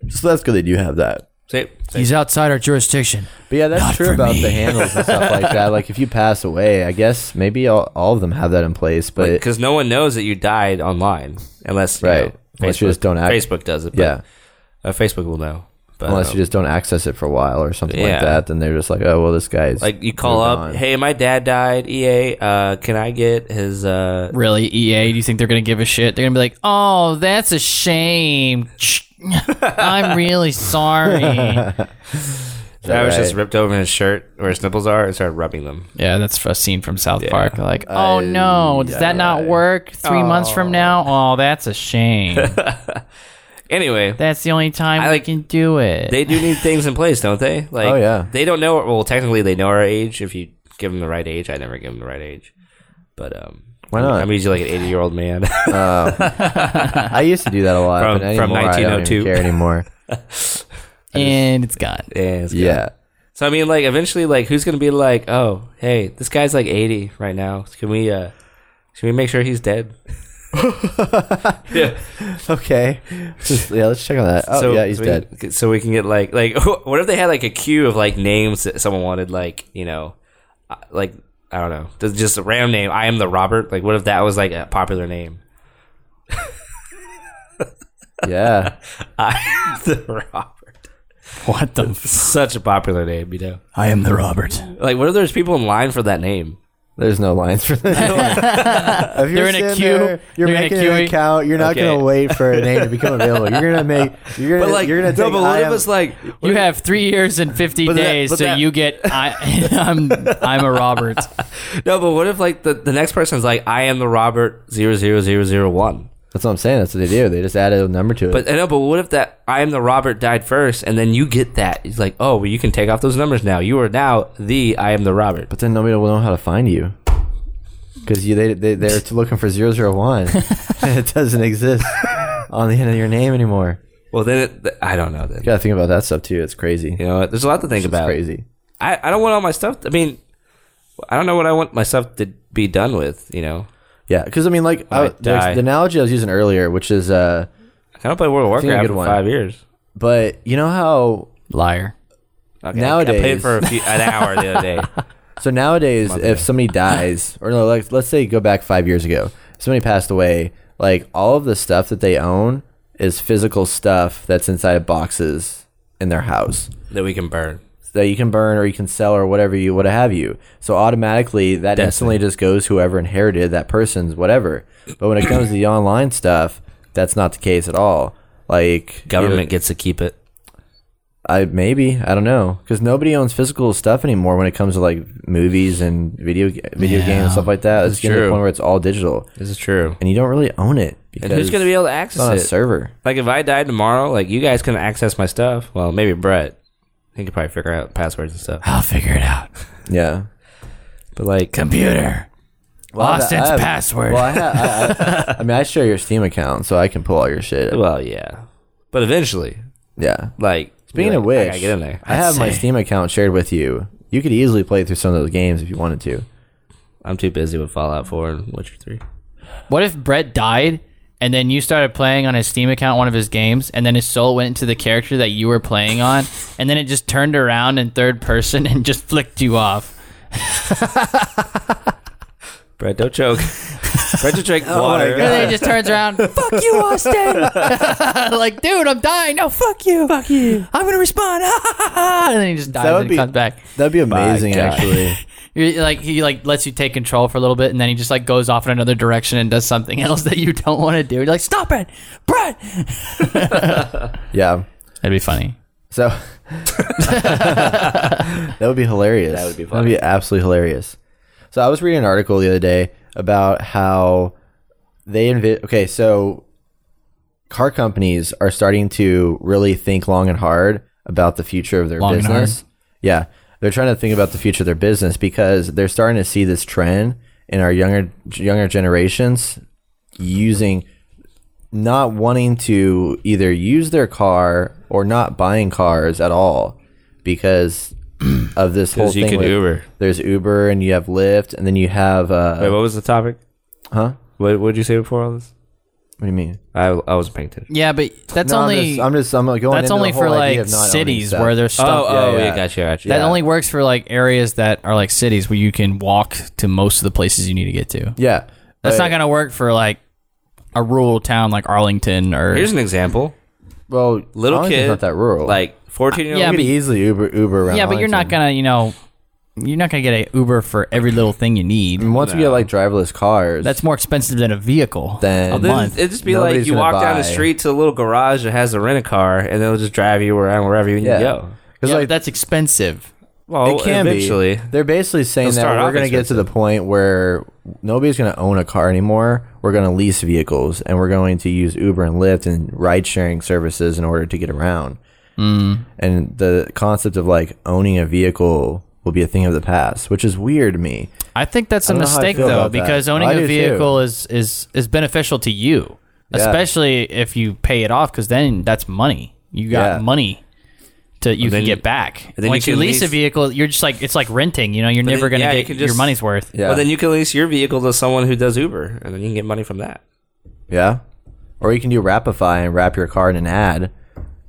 So that's good that you have that.
See, see.
He's outside our jurisdiction.
But yeah, that's true about the handles and stuff like that. Like if you pass away, I guess maybe all, all of them have that in place. But
because no one knows that you died online unless you
Right.
know,
Unless
Facebook,
you just don't act-
Facebook does it. But,
yeah,
uh, Facebook will know. But,
unless
um,
you just don't access it for a while or something
Yeah.
like that then they're just like oh well this guy's
like you call
moved
up,
on.
hey, my dad died. EA, uh, can I get his? Uh,
Really, EA? Do you think they're gonna give a shit? They're gonna be like, "Oh, that's a shame. I'm really sorry." yeah,
that
Travis
right?
just ripped over his shirt where his nipples are and started rubbing them.
that's a scene from South Park. Like, "Oh
I-
no, does that not work? Three months from now? Oh, that's a shame.
Anyway,
that's the only time
I
I
like-
can do it."
they do need things in place, don't they? Like,
Oh, yeah.
They don't know. Well, technically, they know our age. If you give them the right age, I never give them the right age. But um,
Why not?
I'm usually like an 80 year old man.
i used to do that a lot
From-
but
from
anymore, i don't
1902.
even care anymore
and it's gone.
yeah. it's good.
yeah
So I mean, like, eventually, like, who's gonna be like, oh, hey, this guy's like 80 right now. Can we? uh Should we make sure he's dead? yeah.
okay Just- yeah let's check on that oh yeah he's
so we-
dead
So we can get like like what if they had like a queue of like names that someone wanted like you know uh, like I don't know just- just a random name. I am the Robert. Like what if that was like a popular name?
yeah
I am the Robert.
What the?
Such a popular name, you know.
I am the Robert.
Like what if there's people in line for that name?
there's no lines for that if you're
They're in a
sitting
queue.
there, you're
They're in a
making an
queuing.
account you're not
Okay.
gonna wait for a name to become available you're gonna make you're gonna you're gonna take I am-
like
You have three years and fifty
But that-
days,
but
so
that-
you get. I, I'm I'm a Robert.
no, but what if like the, the next person's like I am the Robert zero zero zero zero one.
that's what i'm saying that's what they do they just added a number to it
But I know, but what if that I am the Robert died first, and then you get that? It's like, oh, well, you can take off those numbers now. You are now the I am the Robert.
but then nobody will know how to find you because you they, they they're looking for 001 and it doesn't exist on the end of your name anymore
Well, then it, th- I don't know. Then
You gotta think about that stuff too. It's crazy.
you know, what? there's a lot to think
it's
about.
crazy.
I I don't want all my stuff. I mean, I don't know what I want my stuff to be done with. You know,
Yeah, because I mean, like I,
Might
there's
die.
the analogy I was using earlier, which is, uh,
I don't play World of
think a
Warcraft
good
for
one.
five years.
but you know how
Liar.
Okay, I played
Nowadays-
for a few, an hour the other day.
so nowadays if somebody dies or no, like let's say go back five years ago, somebody passed away, like all of the stuff that they own is physical stuff that's inside of boxes in their house.
that we can burn.
that you can burn or you can sell or whatever you what have you. So automatically that instantly just goes whoever inherited that person's whatever. But when it comes to the online stuff, that's not the case at all. Like
Government
you-
gets to keep it.
I maybe I don't know because nobody owns physical stuff anymore when it comes to like movies and video ga- video games and stuff like that. It's getting to
true.
the point where it's all digital
This is true.
and you don't really own it.
And who's going to be able to access
it's on a
it?
server?
Like if I died tomorrow, like you guys couldn't access my stuff. Well, maybe Brett. He could probably figure out passwords and stuff.
I'll figure it out.
Yeah.
But like,
Computer. Lost
I
its
have-
password.
Well, I, ha- I, I, I mean, I share your Steam account, so I can pull all your shit.
well, yeah. But eventually,
Yeah.
like
Speaking
like,
of which,
I gotta get in there.
I have my
say.
Steam account shared with you. You could easily play through some of those games if you wanted to.
I'm too busy with Fallout 4 and Witcher 3.
What if Brett died and then you started playing on his Steam account one of his games and then his soul went into the character that you were playing on and then it just turned around in third person and just flicked you off?
Brett, don't choke. Brett, just
Oh
drink water.
And then it just turns around, fuck you, Austin! like, dude, I'm dying. No, fuck you. Fuck you. I'm going to respond. and then he just dies
That would
and
be-
comes back.
That'd be amazing,
God.
actually.
You're, like he like lets you take control for a little bit, and then he just like goes off in another direction and does something else that you don't want to do. You're like, stop it, Brett.
yeah.
That'd be funny.
So that would be hilarious. That
would be
That'd be absolutely hilarious. So I was reading an article the other day about how they invi- okay, so car companies are starting to really think long and hard about the future of their
Long and
business. Yeah. They're trying to think about the future of their business because they're starting to see this trend in our younger younger generations using not wanting to either use their car or not buying cars at all because of this whole
'Cause you
thing.
can
with-
Uber.
There's Uber and you have Lyft and then you have uh,
Wait, what was the topic?
huh?
What What did you say before all this?
What do you mean?
I, I wasn't paying attention.
Yeah, but that's
No,
only
I'm just I'm, just, I'm going
that's
into
only
the whole
for
idea
like
of not owning
cities
stuff.
where there's stuff.
oh, yeah.
gotcha, gotcha.
That
Yeah.
only works for like areas that are like cities where you can walk to most of the places you need to get to.
yeah.
That's
But-
not gonna work for like a rural town like Arlington or
Here's an example.
well
Little
Arlington's
kid,
not that rural.
Like 14 year old.
Yeah,
you
but-
could easily Uber Uber around.
yeah, but you're not
Arlington.
gonna you know you're not gonna get a Uber for every little thing you need.
And once we get like driverless cars,
That's more expensive than a vehicle.
Then-
a
Then
month.
It'd just be
Nobody's
like you
gonna
walk down the
buy.
street to a little garage that has a rent a car, and they'll just drive you around wherever you need
yeah.
to go.
Because
Yeah,
like
that's expensive.
Well,
it can
eventually.
be. They're basically saying
It'll
that
start
we're
off
going to get to the point where nobody's going to own a car anymore. We're going to lease vehicles, and we're going to use Uber and Lyft and ride sharing services in order to get around. Mm. And the concept of like owning a vehicle will be a thing of the past, which is weird to me.
I think that's a
don't know how I
mistake
feel
though,
about that.
because owning
I
a
do,
vehicle is, is is beneficial to you, especially if you pay it off, because then that's money. You
Yeah.
got money to you
then
can
you-
get back.
then you
Once you,
can
lease, a
lease-
vehicle, you're just like it's like renting. You know, you're never
then-
gonna
yeah, you
get
can
your
just-
money's worth.
Yeah.
Well, then you can lease your vehicle to someone who does Uber, and then you can get money from that.
Yeah. Or you can do Rapify and wrap your car in an ad.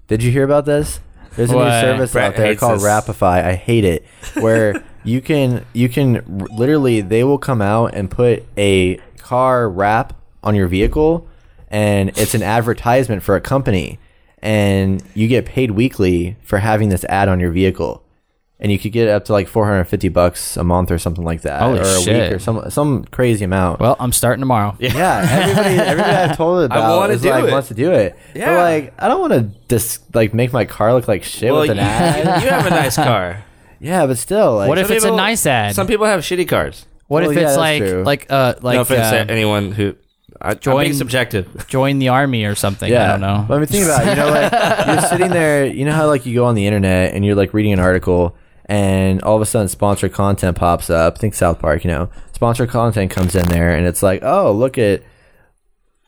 Did you hear about this? There's a
What?
new service
Brett
out there
hates
called
this.
Rapify. I hate it. Where you can you can r- literally they will come out and put a car wrap on your vehicle and it's an advertisement for a company and you get paid weekly for having this ad on your vehicle. And you could get up to like 450 bucks a month or something like that
Holy
or a
shit.
week or some some crazy amount.
Well, I'm starting tomorrow.
Yeah, everybody, everybody I've told about
wanna
is
do
like
it.
wants to do it.
Yeah.
But like, I don't want to dis- like make my car look like shit
Well,
with
you,
an ad.
you have a nice car.
Yeah, but still, like,
What if
Some
it's a nice ad?
Some people have shitty cars.
What
Well,
if
yeah,
it's
that's
like
true.
like uh like
no offense
uh,
to anyone who. I, I'm
Join-
being subjective.
join the army or something?
yeah,
I don't know.
But I mean, think about it. You know, like you're sitting there. You know how like you go on the internet and you're like reading an article, and all of a sudden sponsored content pops up. Think South Park. You know, sponsored content comes in there, and it's like, oh, look at.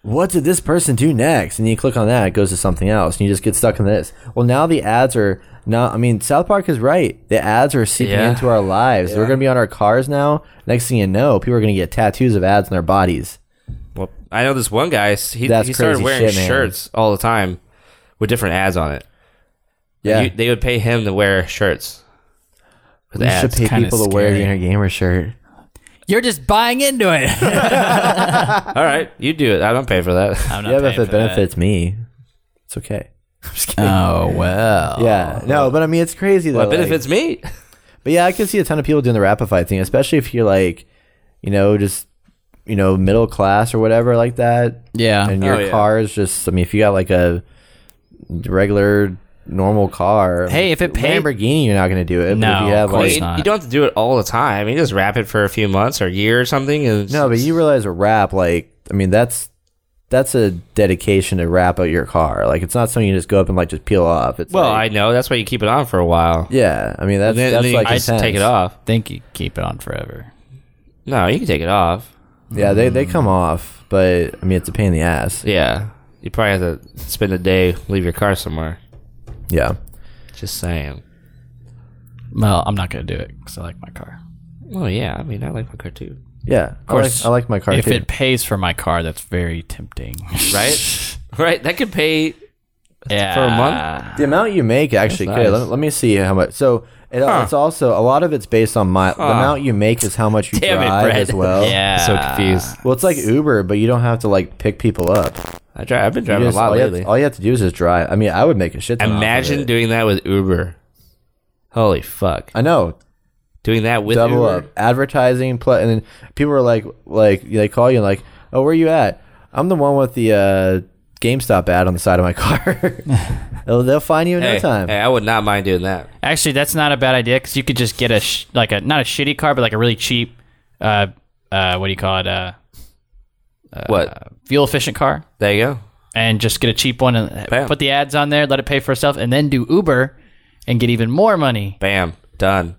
What did this person do next? And you click on that, it goes to something else, and you just get stuck in this. Well, now the ads are not. I mean, South Park is right. The ads are seeping
Yeah.
into our lives. We're going to be on our cars now. Next thing you know, people are going to get tattoos of ads on their bodies.
Well, I know this one guy. He,
That's
he started
crazy
wearing
shit, man.
shirts all the time with different ads on it.
Yeah,
You- they would pay him to wear shirts. With
we should
ads.
pay
kinda
people to wear the
scary.
inner gamer shirt.
You're just buying into it.
all right, you do it. I don't pay for that.
I'm not
Yeah, but if it
paying for that.
benefits me, it's okay.
Oh well.
Yeah, no, but I mean, it's crazy though.
But it
like-
benefits me.
but yeah, I can see a ton of people doing the Rapify thing, especially if you're like, you know, just you know, middle class or whatever like that,
Yeah.
and your
Oh, yeah.
car is just. I mean, if you got like a regular normal car.
Hey, if it paid-
Lamborghini, you're not going to do it.
No,
but if you have
of course
like
you,
not.
you don't have to do it all the time. You just wrap it for a few months or a year or something. And
no, but you realize a wrap, like I mean, that's that's a dedication to wrap out your car. Like it's not something you just go up and like just peel off. It's
well, I
like,
know that's why you keep it on for a while.
yeah, I mean that's
And then,
that's
then you
like
can just
intense.
take it off.
think you keep it on forever.
No, you can take it off.
Yeah, they they come off, but I mean it's a pain in the ass.
Yeah, you probably have to spend a day leave your car somewhere.
Yeah,
Just saying.
Well, I'm not gonna do it because I like my car.
Well, yeah. I mean, I like my car too.
yeah. Of
course,
I like, I like my car
if
too.
it pays for my car, that's very tempting.
Right. right. That could pay.
Ah.
yeah.
For a month?
the amount you make actually
That's
could.
nice.
Let, let me see how much. So it, it's also a lot of it's based on my the amount you make is how much you
Damn it,
drive
Brett.
as well.
Yeah.
so confused.
Well, it's like Uber, but you don't have to like pick people up.
I drive. I've been
You
driving
just-
a lot
all, you have
lately.
to, all you have to do is just drive. I mean, I would make a shit. Ton off of
Imagine
it.
doing that with Uber. Holy fuck!
I know.
Doing that with
Double
Uber.
up advertising, pl- and then people are like, like they call you and like, oh, where you at? I'm the one with the uh, GameStop ad on the side of my car. they'll, they'll find you in
Hey,
no time.
hey, I would not mind doing that.
Actually, that's not a bad idea because you could just get a sh- like a not a shitty car, but like a really cheap, uh, uh, what do you call it? Uh,
Uh,
what?
fuel efficient car,
There you go.
and just get a cheap one and uh,
Bam.
put the ads on there, let it pay for itself, and then do Uber and get even more money.
Bam. Done.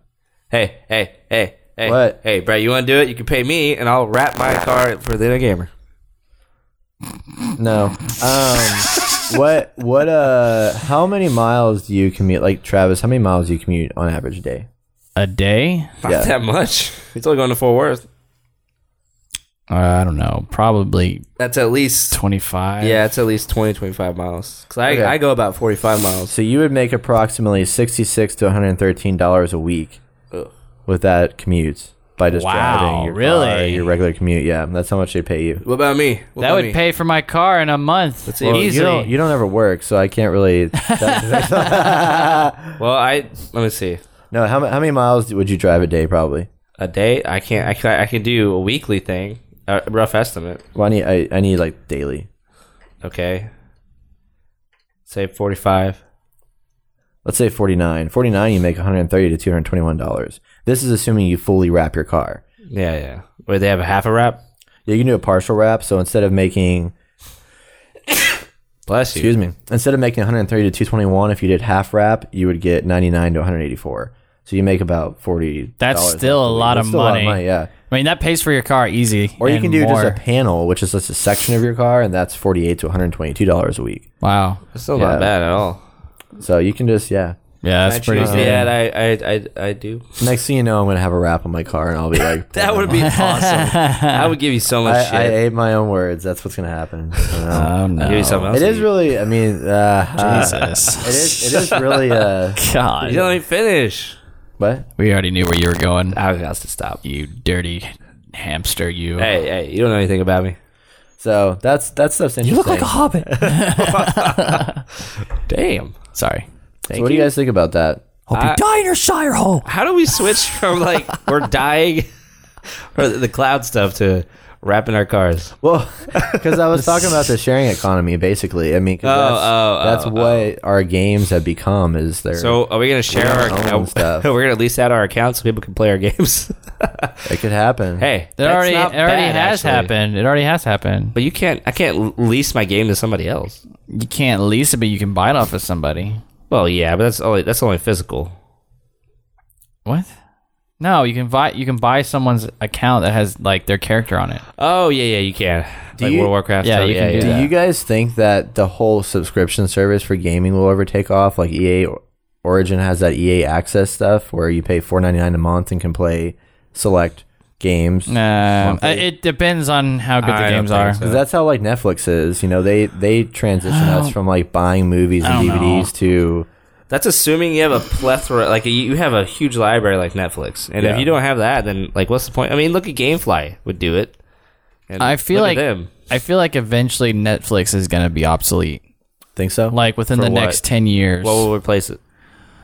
Hey, hey, hey, hey.
What?
Hey, Brad, you want to do it? You can pay me, and I'll wrap my car for the inner gamer.
No. Um, what? What? Uh, how many miles do you commute? Like Travis, how many miles do you commute on average a day?
A day?
Not
Yeah.
that much. He's only going to Fort Worth.
Uh, I don't know, probably
That's at least
twenty five.
yeah, it's at least 20, 25 miles. Cause I,
Okay.
I go about forty five miles.
So you would make approximately sixty-six to one hundred thirteen dollars a week
Ugh.
with that commute by just
Wow,
driving your
really?
car, your regular commute. Yeah, that's how much they pay you.
What about me? What
That
about
would
me?
pay for my car in a month
Let's see.
easily.
Oh, You don't, you don't ever work, so I can't really.
Well, I let me see.
no, how, ma- how many miles would you drive a day? Probably.
A day? I can't. I can. I can do a weekly thing. A rough estimate.
Well, I need I, I need like daily.
Okay. Say forty five.
Let's say 49. 49 you make 130 to 221 dollars. This is assuming you fully wrap your car.
Yeah, yeah. Wait, they have a half a wrap.
Yeah, you can do a partial wrap. So instead of making,
Bless you.
excuse me, instead of making 130 to 221, if you did half wrap, you would get 99 to 184. So you make about 40.
That's still a lot of
That's still a lot
money.
yeah.
I mean, that pays for your car easy.
Or you
and
can do
more.
just a panel, which is just a section of your car, and that's 48 to 122 dollars a week.
wow.
It's still
Yeah.
not bad at all.
So you can just yeah.
Yeah,
I
that's pretty
choose
good.
the ad. I, I, I, I do.
Next thing you know, I'm gonna have a wrap on my car, and I'll be like,
That would be awesome. I would give you so much
I,
shit.
I ate my own words. That's what's gonna happen. Uh,
Oh
I'd give you something
no.
else.
it
to
is
eat.
really. I mean, uh, uh, it
Jesus.
is. It is really. Uh,
You
God.
don't even finish.
what?
We already knew where you were going.
I was asked to stop.
You dirty hamster, you.
Hey, hey, you don't know anything about me.
So that's that stuff's interesting.
hobbit.
Damn.
Sorry.
So what do you guys think about that?
Hope you die in your shire hole.
How do we switch from like we're dying or the cloud stuff to wrapping our cars?
Well, because I was talking about the sharing economy, basically. I mean, 'cause
Oh,
that's,
oh,
that's
oh,
what our games have become. Is their
So are we gonna share our
own
account?
stuff.
We're gonna lease out our account so people can play our games.
it could happen.
hey,
That
that's
already, it
not
already
bad,
has
actually.
happened. It already has happened.
But you can't. I can't l- lease my game to somebody else.
You can't lease it, but you can buy it off of somebody.
Well, yeah, but that's only that's only physical.
What? No, you can buy you can buy someone's account that has like their character on it.
Oh yeah, yeah, you can. like
you-
World of Warcraft.
Yeah,
so-
you can do
Do
Yeah.
you guys think that the whole subscription service for gaming will ever take off? Like EA Origin has that EA Access stuff where you pay four ninety nine a month and can play select games.
Um,
Monthly.
it depends on how good
I
the
don't
games
think
are.
so.
'Cause that's how like Netflix is. You know, they they transition us from like buying movies and
Oh. don't
DVDs to
That's assuming you have a plethora, like you you have a huge library like Netflix, and
Yeah.
if you don't have that, then like what's the point? I mean, look at GameFly would do it. And
I feel
look
like
at them.
I feel like eventually Netflix is gonna be obsolete.
think so.
Like within
For
the
what?
next ten years,
What will replace it?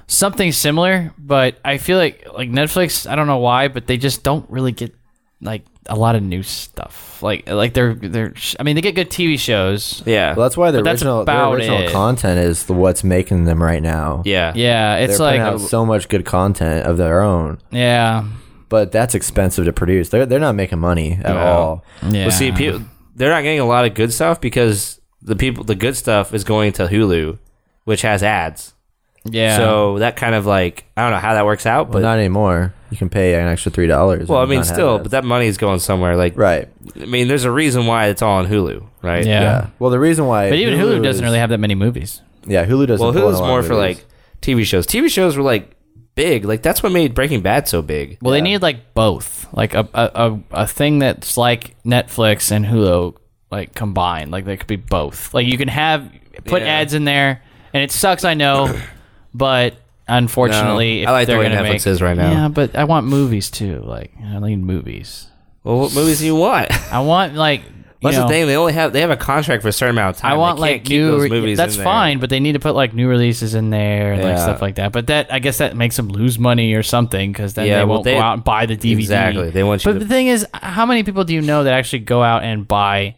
something similar. But I feel like like Netflix. I don't know why, but they just don't really get like a lot of new stuff. Like like they're they're. sh- I mean, they get good TV shows.
Yeah.
Well, that's why the
But that's
original, their
about
original
it.
content is the what's making them right now.
yeah.
Yeah, it's
They're putting out
like
so much good content of their own,
yeah,
but that's expensive to produce. They're they're not making money at
No.
all.
yeah.
Well, see, people, they're not getting a lot of good stuff because the people, the good stuff is going to Hulu, which has ads.
yeah.
So that kind of like, I don't know how that works out,
But
but
not anymore. You can pay an extra three dollars.
well, I mean, still, but that money is going somewhere. Like,
right. Uh,
I mean, there's a reason why it's all on Hulu, right?
Yeah.
Well, the reason why,
but even Hulu
is-
doesn't really have that many movies.
Yeah, Hulu doesn't.
Well,
pull in a
Hulu's
lot of
more for
movies.
like TV shows. TV shows were like big. Like that's what made Breaking Bad so big.
Well, they need like both, like a, a a a thing that's like Netflix and Hulu like combined. Like they could be both. Like you can have put
Yeah.
ads in there, and it sucks, I know, but unfortunately,
No,
if
I like the
they're
way
gonna
Netflix
make,
is right now.
Yeah, but I want movies too. Like I need movies.
Well, what movies do you want?
I want like. you
That's
know,
the thing. They only have they have a contract for a certain amount of time.
I
They
want
can't
like
keep
new.
those
re-
movies.
that's
in there.
fine, but they need to put like new releases in there and like
Yeah.
stuff like that. But that I guess that makes them lose money or something because then
Yeah,
they
well,
won't
they-
go out and buy the DVD.
Exactly. They want you.
But the
to,
thing is, how many people do you know that actually go out and buy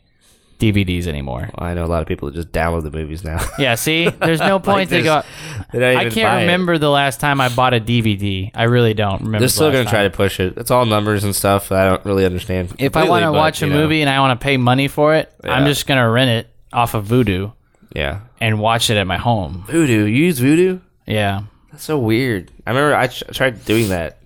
DVDs anymore?
I know a lot of people that just download the movies now.
Yeah, see, there's no point to
there's-
go. out-
They don't
I
even
can't
buy it.
remember the last time I bought a DVD. I really don't remember.
They're still
going
gonna try to push it. It's all numbers and stuff. that I don't really understand.
If I want to watch a movie and I want to pay money for it, I'm
Yeah.
just going to rent it off of Vudu
yeah.
and watch it at my home.
Voodoo, you use Voodoo?
Yeah.
That's so weird. I remember I ch- tried doing that.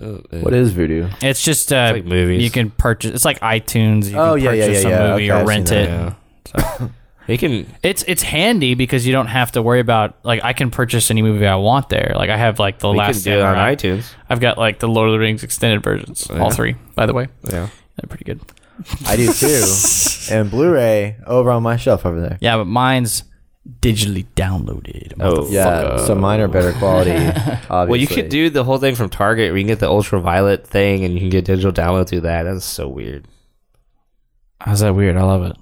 oh,
what is voodoo?
It's just uh,
like movies.
You can purchase. It's like iTunes. You
Oh,
can
yeah, yeah,
purchase
yeah,
a
yeah.
movie
Okay, I've
or
seen
rent
that,
it.
Yeah. We can
It's it's handy because you don't have to worry about like I can purchase any movie I want there. Like I have like the
we can
last
do it on
Samurai.
iTunes.
I've got like the Lord of the Rings extended versions, all three, by the way.
Yeah.
They're pretty good.
I do too. and Blu-ray over on my shelf over there.
Yeah, but mine's digitally downloaded.
Oh.
Yeah, so mine are better quality. Obviously.
Well, you could do the whole thing from Target. where you can get the ultraviolet thing, and you can get digital download through that. That's so weird.
How's that weird? I love it.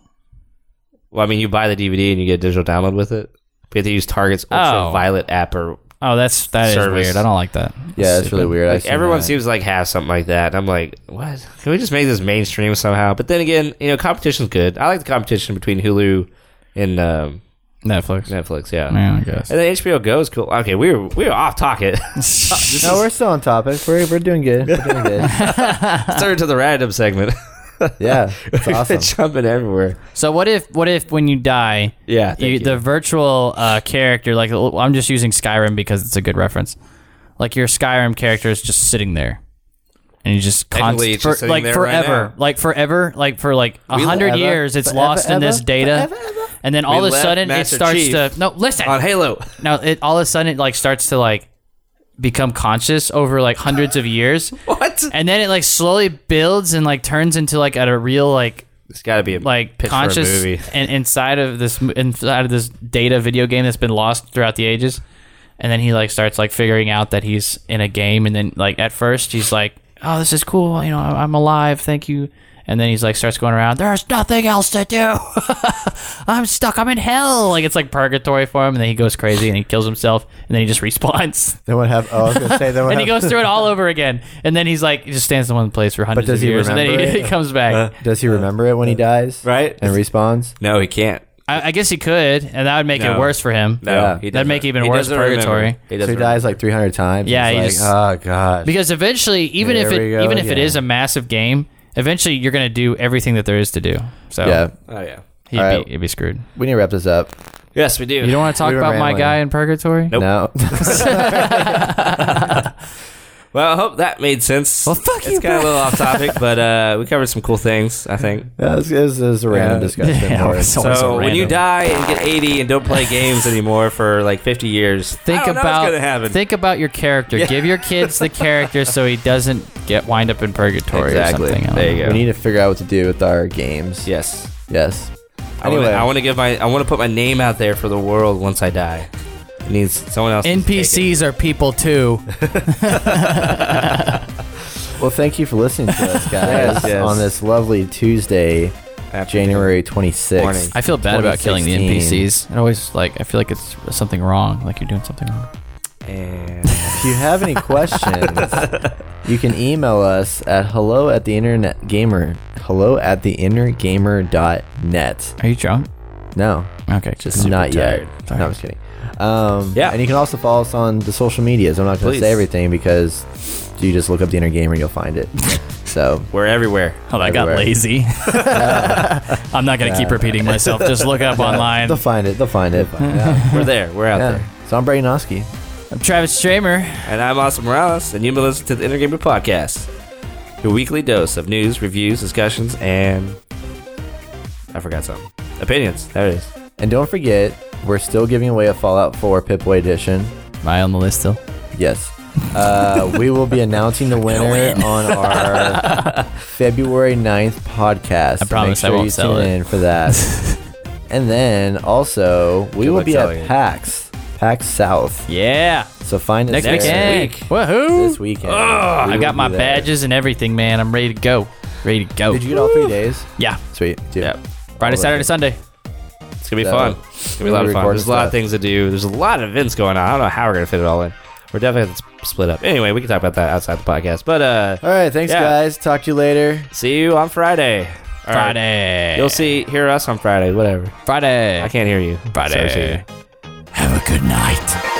Well, I mean, you buy the DVD and you get digital download with it. We have to use Target's ultraviolet app, or
Oh, that's that is
Service.
weird. I don't like that.
Yeah, it's really weird. I've
like
seen
everyone
that.
seems like has something like that. And I'm like, what? Can we just make this mainstream somehow? But then again, you know, competition's good. I like the competition between Hulu and um,
Netflix.
Netflix. Yeah.
Yeah, I guess.
And then HBO Go is cool. Okay, we were we were off topic.
No, we're still on topic. We're, we're doing good. We're doing good.
Turn to the random segment.
Yeah, it's awesome.
Jumping everywhere.
So what if what if when you die,
Yeah,
you,
thank you.
the virtual uh, character like I'm just using Skyrim because it's a good reference. Like your Skyrim character is just sitting there, and you just constantly
Technically, it's just sitting
like
there right
forever,
now.
like forever, like for like a hundred
ever-
years, it's
forever,
lost in this
ever,
data. And then all
We
of a
left
sudden,
Master
it starts
Chief
to no listen.
On Halo.
Now it all of a sudden it like starts to like become conscious over like hundreds of years,
What?
and then it like slowly builds and like turns into like at a real like
It's got to be a
like
pitch
conscious
for a movie.
and inside of this inside of this data video game that's been lost throughout the ages and then he like starts like figuring out that he's in a game and then like at first he's like oh this is cool you know I- i'm alive thank you and then he's like starts going around there's nothing else to do i'm stuck i'm in hell like it's like purgatory for him and then he goes crazy and he kills himself and then he just respawns
Then what happened? Oh, I was gonna say then what
and he goes
happened-
through it all over again and then he's like he just stands in one place for hundreds
does
of
he
years and then
remember
he
it?
comes back
Does he remember it when he dies?
Right?
And respawns.
No, he can't.
I, I guess he could, and that would make
No.
it worse for him.
No,
Yeah.
he
That'd
doesn't.
make even
He
worse
doesn't remember.
purgatory.
He
So
doesn't
he dies like 300 times.
Yeah,
He's
he
like,
just-
oh god.
Because eventually, even if
There we
it
go
even if it
again.
is a massive game, eventually you're gonna do everything that there is to do. So
yeah,
remember. Oh yeah.
he'd,
All
be,
right.
he'd be screwed.
we need to wrap this up.
Yes, we do.
You don't want to talk
were
about my
rambling.
guy in purgatory?
Nope.
No,
well, I hope that made sense.
Well, fuck
it's
you,
kind of a little off topic, but uh, we covered some cool things, I think.
yeah, this is this is a random
Yeah.
discussion.
Yeah,
Lord.
so-
So,
Always so
when you
random.
die and get 80 and don't play games anymore for like 50 years,
Think
I don't know what's gonna
about
happen.
think about your character. Give your kids the character so he doesn't get wind up in purgatory
exactly.
or something. I don't
There you
know.
go.
we need to figure out what to do with our games.
yes.
Yes.
I
Anyway.
wanna- I want to give my I want to put my name out there for the world once I die. It needs someone else. to take it.
NPCs are people too.
Well, thank you for listening to us, guys,
Yes, yes.
on this lovely Tuesday,
Afternoon.
January
Morning.
26th.
I feel bad about killing the
2016.
NPCs. It always like I feel like it's something wrong. Like you're doing something wrong.
And
if you have any questions, you can email us at hello at the internet gamer. Hello at the inner gamer dot net.
Are you drunk?
No,
Okay,
just not
tired.
yet. No, I'm just kidding. Um,
Yeah.
and you can also follow us on the social medias. I'm not going to
Please.
say everything because you just look up the inner gamer, you'll find it. So
We're everywhere.
Oh, I got
Everywhere.
lazy. I'm not gonna keep repeating myself. Just look up online.
they'll find it. They'll find it. Yeah.
We're there. We're out
Yeah.
there.
So I'm Brayden Oski.
I'm Travis Stramer.
And I'm Austin Morales, and you've been listening to the Inner Gamer Podcast, your weekly dose of news, reviews, discussions, and I forgot something. Opinions. There it is.
And don't forget, we're still giving away a Fallout 4 Pipboy edition.
Am I on the list still?
Yes. Uh, we will be announcing the winner on our February 9th podcast.
I promise I
Make sure
won't
you
sell
tune
it.
in for that. and then also, we
Good
will
luck
be
selling
at
it.
PAX, PAX South.
Yeah.
So find us
Next
there
weekend.
this
Woohoo!
weekend. We
I
will
got
be
my
there.
badges and everything, man. I'm ready to go. Ready to go.
Did you get all three days?
yeah.
Sweet. Dude.
Yep.
Friday,
All of
Saturday,
it.
Sunday.
It's gonna be
So,
fun. It's gonna be a
we're
lot of fun.
recording
There's a lot of
stuff.
things to do. There's a lot of events going on. I don't know how we're gonna fit it all in. We're definitely gonna have to split up. Anyway, we can talk about that outside the podcast. But uh
All right. Thanks,
Yeah.
guys. Talk to you later.
see you on Friday. All right.
Friday.
You'll see hear us on Friday, whatever.
Friday.
I can't hear you.
Friday.
Sorry, see you.
Have a good night.